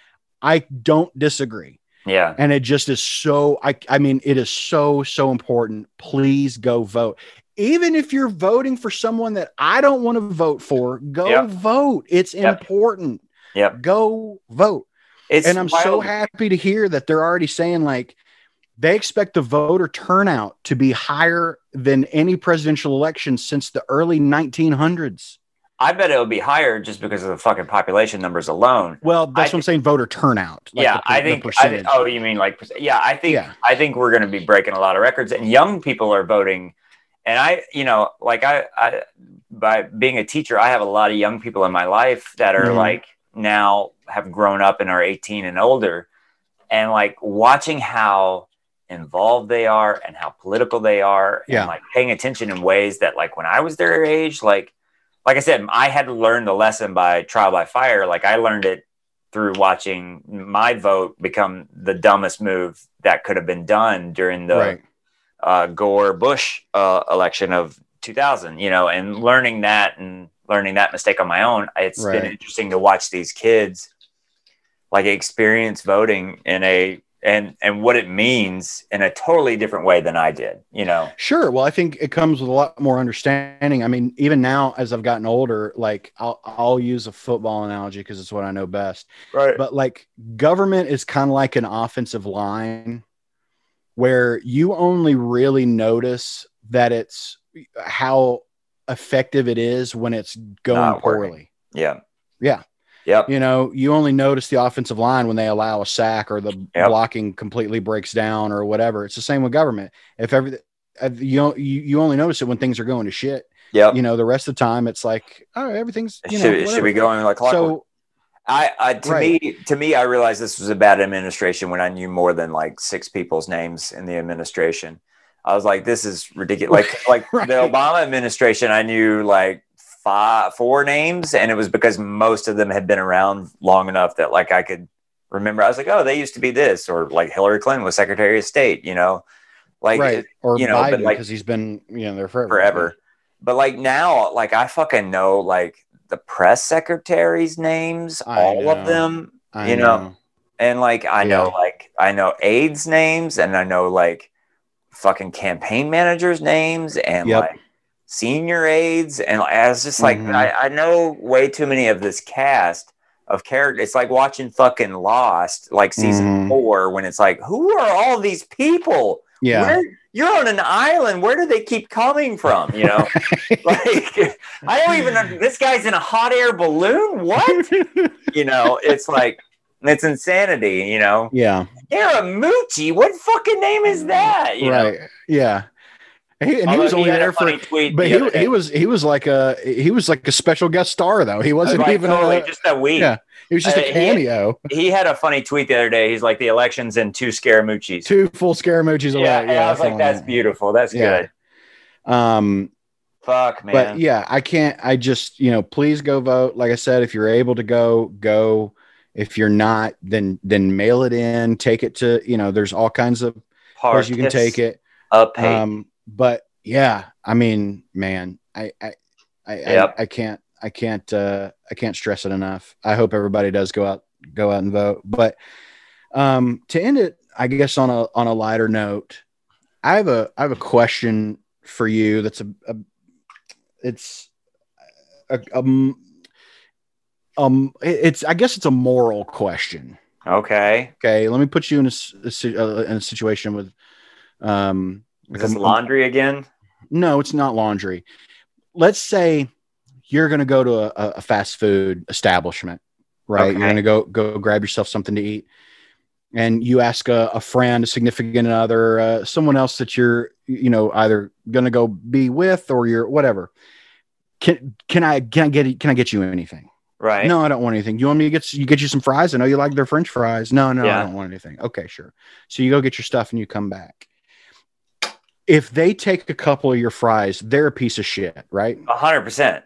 Speaker 2: I don't disagree
Speaker 3: yeah.
Speaker 2: and it just is so I I mean it is so so important. Please go vote. Even if you're voting for someone that I don't want to vote for, go
Speaker 3: Yep.
Speaker 2: vote. It's
Speaker 3: Yep.
Speaker 2: important.
Speaker 3: Yep.
Speaker 2: Go vote.
Speaker 3: It's
Speaker 2: and I'm so
Speaker 3: wild.
Speaker 2: happy to hear that they're already saying like they expect the voter turnout to be higher than any presidential election since the early 1900s.
Speaker 3: I bet it would be higher just because of the fucking population numbers alone.
Speaker 2: Well, that's
Speaker 3: I
Speaker 2: what I'm saying. Voter turnout. like
Speaker 3: yeah,
Speaker 2: the per-
Speaker 3: I
Speaker 2: the
Speaker 3: think. I
Speaker 2: percentage.
Speaker 3: think oh, you mean like? perc- Yeah, I think.
Speaker 2: Yeah.
Speaker 3: I think we're going to be breaking a lot of records, and young people are voting. And I, you know, like I, I, by being a teacher, I have a lot of young people in my life that are
Speaker 2: Mhm.
Speaker 3: like now have grown up and are eighteen and older, and like watching how involved they are and how political they are,
Speaker 2: Yeah.
Speaker 3: and like paying attention in ways that like when I was their age, like like I said, I had to learn the lesson by trial by fire. Like I learned it through watching my vote become the dumbest move that could have been done during the
Speaker 2: right.
Speaker 3: uh, Gore Bush uh, election of 2000. You know, and learning that and learning that mistake on my own, It's
Speaker 2: Right.
Speaker 3: been interesting to watch these kids like experience voting in a and and what it means in a totally different way than I did. You know,
Speaker 2: Sure. Well, I think it comes with a lot more understanding. I mean, even now as I've gotten older, like I'll I'll use a football analogy because it's what I know best.
Speaker 3: right?
Speaker 2: But like government is kind of like an offensive line where you only really notice that it's how effective it is when it's going
Speaker 3: Not working.
Speaker 2: poorly.
Speaker 3: yeah.
Speaker 2: Yeah.
Speaker 3: Yep.
Speaker 2: You know, you only notice the offensive line when they allow a sack or the
Speaker 3: Yep.
Speaker 2: blocking completely breaks down or whatever. It's the same with government. If everything, you don't, you, you only notice it when things are going to shit.
Speaker 3: Yep.
Speaker 2: You know, the rest of the time it's like, oh, everything's you know.
Speaker 3: should, should we
Speaker 2: whatever.
Speaker 3: go in like clockwork?
Speaker 2: So
Speaker 3: I, I to
Speaker 2: Right.
Speaker 3: me to me I realized this was a bad administration when I knew more than like six people's names in the administration. I was like, this is ridiculous. Like like
Speaker 2: Right.
Speaker 3: the Obama administration, I knew like five four names, and it was because most of them had been around long enough that like I could remember. I was like, oh, they used to be this, or like Hillary Clinton was Secretary of State, you know, like
Speaker 2: right or
Speaker 3: you know, but
Speaker 2: Biden
Speaker 3: like-
Speaker 2: because he's been you know there forever.
Speaker 3: forever. But like now, like I fucking know like the press secretaries' names,
Speaker 2: I
Speaker 3: all of
Speaker 2: know.
Speaker 3: them.
Speaker 2: I
Speaker 3: You know, And like I know
Speaker 2: Yeah.
Speaker 3: like I know aides names and I know like fucking campaign managers names and
Speaker 2: Yep.
Speaker 3: like senior aides and like, I was just like
Speaker 2: Mhm.
Speaker 3: I, I know way too many of this cast of characters. It's like watching fucking Lost like season
Speaker 2: Mhm.
Speaker 3: four when it's like who are all these people?
Speaker 2: yeah,
Speaker 3: Where, you're on an island. Where do they keep coming from? You know, like I don't even. under- This guy's in a hot air balloon. What? you know, it's like it's insanity. You know,
Speaker 2: yeah,
Speaker 3: Scaramucci. What fucking name is that? You know?
Speaker 2: right, yeah. He, and he
Speaker 3: Although
Speaker 2: was only
Speaker 3: had a
Speaker 2: there for
Speaker 3: funny tweet
Speaker 2: But
Speaker 3: the other
Speaker 2: he,
Speaker 3: day.
Speaker 2: he was he was like a he was like a special guest star though. He wasn't
Speaker 3: Like,
Speaker 2: even
Speaker 3: totally
Speaker 2: a,
Speaker 3: just that week.
Speaker 2: yeah. he was just
Speaker 3: uh,
Speaker 2: a
Speaker 3: he-
Speaker 2: cameo.
Speaker 3: He had a funny tweet the other day. He's like, the election's in two Scaramucci's.
Speaker 2: Two full Scaramucci's away.
Speaker 3: yeah, and I was
Speaker 2: something
Speaker 3: like, that's
Speaker 2: that.
Speaker 3: beautiful. That's
Speaker 2: Yeah.
Speaker 3: good.
Speaker 2: Um,
Speaker 3: Fuck, man.
Speaker 2: but yeah, I can't. I just you know, please go vote. Like I said, if you're able to go, go. If you're not, then then mail it in. Take it to you know. There's all kinds of ways you can take it.
Speaker 3: Up
Speaker 2: Um, but yeah, I mean, man, I I I,
Speaker 3: Yep.
Speaker 2: I, I can't. I can't uh, I can't stress it enough. I hope everybody does go out go out and vote. But um, to end it, I guess on a on a lighter note, I have a I have a question for you. That's a, a it's a, um um it's I guess it's a moral question.
Speaker 3: Okay.
Speaker 2: Okay, let me put you in a, s- a si- uh, in a situation with um
Speaker 3: Is
Speaker 2: with
Speaker 3: this
Speaker 2: a-
Speaker 3: laundry again?
Speaker 2: no, it's not laundry. Let's say you're going to go to a- a, a fast food establishment, right?
Speaker 3: Okay.
Speaker 2: You're going to go go grab yourself something to eat, and you ask a, a friend, a significant other, uh, someone else that you're you know either going to go be with or you're whatever. Can can I can I get can I get you anything?
Speaker 3: Right.
Speaker 2: No, I don't want anything. You want me to get you get you some fries? I know you like their French fries. No, no,
Speaker 3: Yeah.
Speaker 2: I don't want anything. Okay, sure. So you go get your stuff and you come back. If they take a couple of your fries, they're a piece of shit, right?
Speaker 3: hundred percent.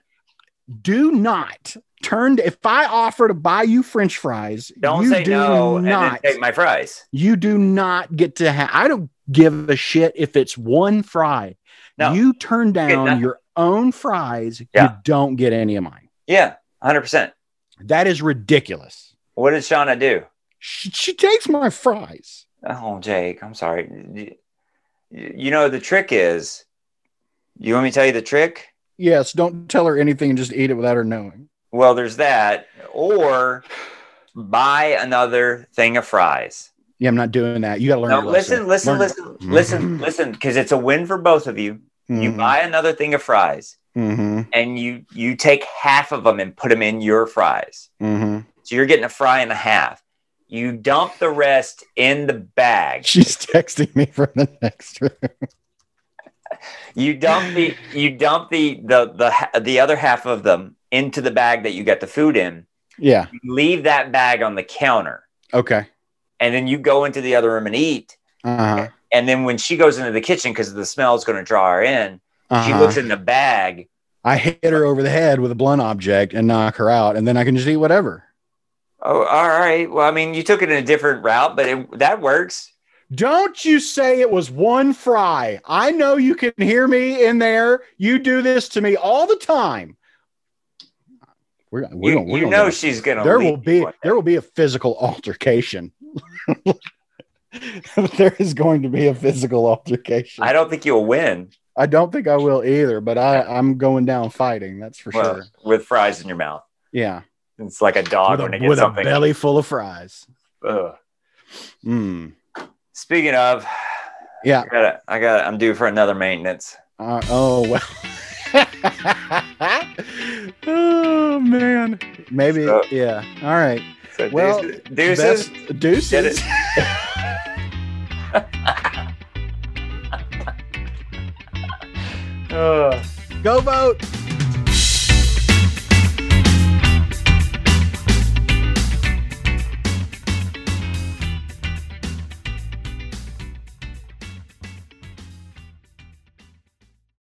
Speaker 2: Do not turn. If I offer to buy you French fries,
Speaker 3: Don't
Speaker 2: you
Speaker 3: say
Speaker 2: do
Speaker 3: no and then
Speaker 2: Not,
Speaker 3: take my fries.
Speaker 2: you do not get to have. I don't give a shit if it's one fry.
Speaker 3: No.
Speaker 2: You turn
Speaker 3: get
Speaker 2: down
Speaker 3: nothing.
Speaker 2: your own fries. You
Speaker 3: Yeah.
Speaker 2: don't get any of mine.
Speaker 3: Yeah, hundred percent.
Speaker 2: That is ridiculous.
Speaker 3: What did Shauna do?
Speaker 2: She, she takes my fries.
Speaker 3: Oh, Jake, I'm sorry. Y- y- You know the trick is. You want me to tell you the trick?
Speaker 2: Yes, don't tell her anything and just eat it without her knowing.
Speaker 3: Well, there's that, or buy another thing of fries.
Speaker 2: Yeah, I'm not doing that. You got to learn.
Speaker 3: No,
Speaker 2: your lesson.
Speaker 3: listen, listen,
Speaker 2: Learn-
Speaker 3: listen, listen,
Speaker 2: Mhm.
Speaker 3: listen, because it's a win for both of you. You
Speaker 2: Mhm,
Speaker 3: buy another thing of fries,
Speaker 2: mhm,
Speaker 3: and you you take half of them and put them in your fries.
Speaker 2: mhm.
Speaker 3: So you're getting a fry and a half. You dump the rest in the bag.
Speaker 2: She's texting me from the next room.
Speaker 3: You dump the you dump the the the ha- the other half of them into the bag that you got the food in.
Speaker 2: Yeah.
Speaker 3: You leave that bag on the counter,
Speaker 2: Okay.
Speaker 3: and then you go into the other room and eat.
Speaker 2: Uh-huh.
Speaker 3: And then when she goes into the kitchen because the smell is going to draw her in, she
Speaker 2: uh-huh.
Speaker 3: looks in the bag.
Speaker 2: I hit her over the head with a blunt object and knock her out, and then I can just eat whatever.
Speaker 3: Oh, all right. Well, I mean, you took it in a different route, but it, that works.
Speaker 2: Don't you say it was one fry. I know you can hear me in there. You do this to me all the time. We're, we're
Speaker 3: you
Speaker 2: gonna- we're
Speaker 3: you
Speaker 2: gonna
Speaker 3: know
Speaker 2: get-
Speaker 3: she's going to.
Speaker 2: there will be there will be a physical altercation. there is going to be a physical altercation.
Speaker 3: I don't think you'll win
Speaker 2: I don't think I will either, but I, I'm going down fighting. That's for
Speaker 3: well,
Speaker 2: sure.
Speaker 3: with fries in your mouth.
Speaker 2: Yeah,
Speaker 3: It's like a dog
Speaker 2: with,
Speaker 3: when
Speaker 2: a,
Speaker 3: it gets
Speaker 2: with a
Speaker 3: something.
Speaker 2: belly full of fries.
Speaker 3: Ugh.
Speaker 2: Mm.
Speaker 3: Speaking of,
Speaker 2: Yeah.
Speaker 3: I got to I got to I'm due for another maintenance.
Speaker 2: Uh, oh well. oh man. Maybe.
Speaker 3: So-
Speaker 2: yeah. All right.
Speaker 3: So
Speaker 2: Well,
Speaker 3: deuces, deuces.
Speaker 2: Best- deuces.
Speaker 3: Get Ugh. Uh.
Speaker 2: Go vote.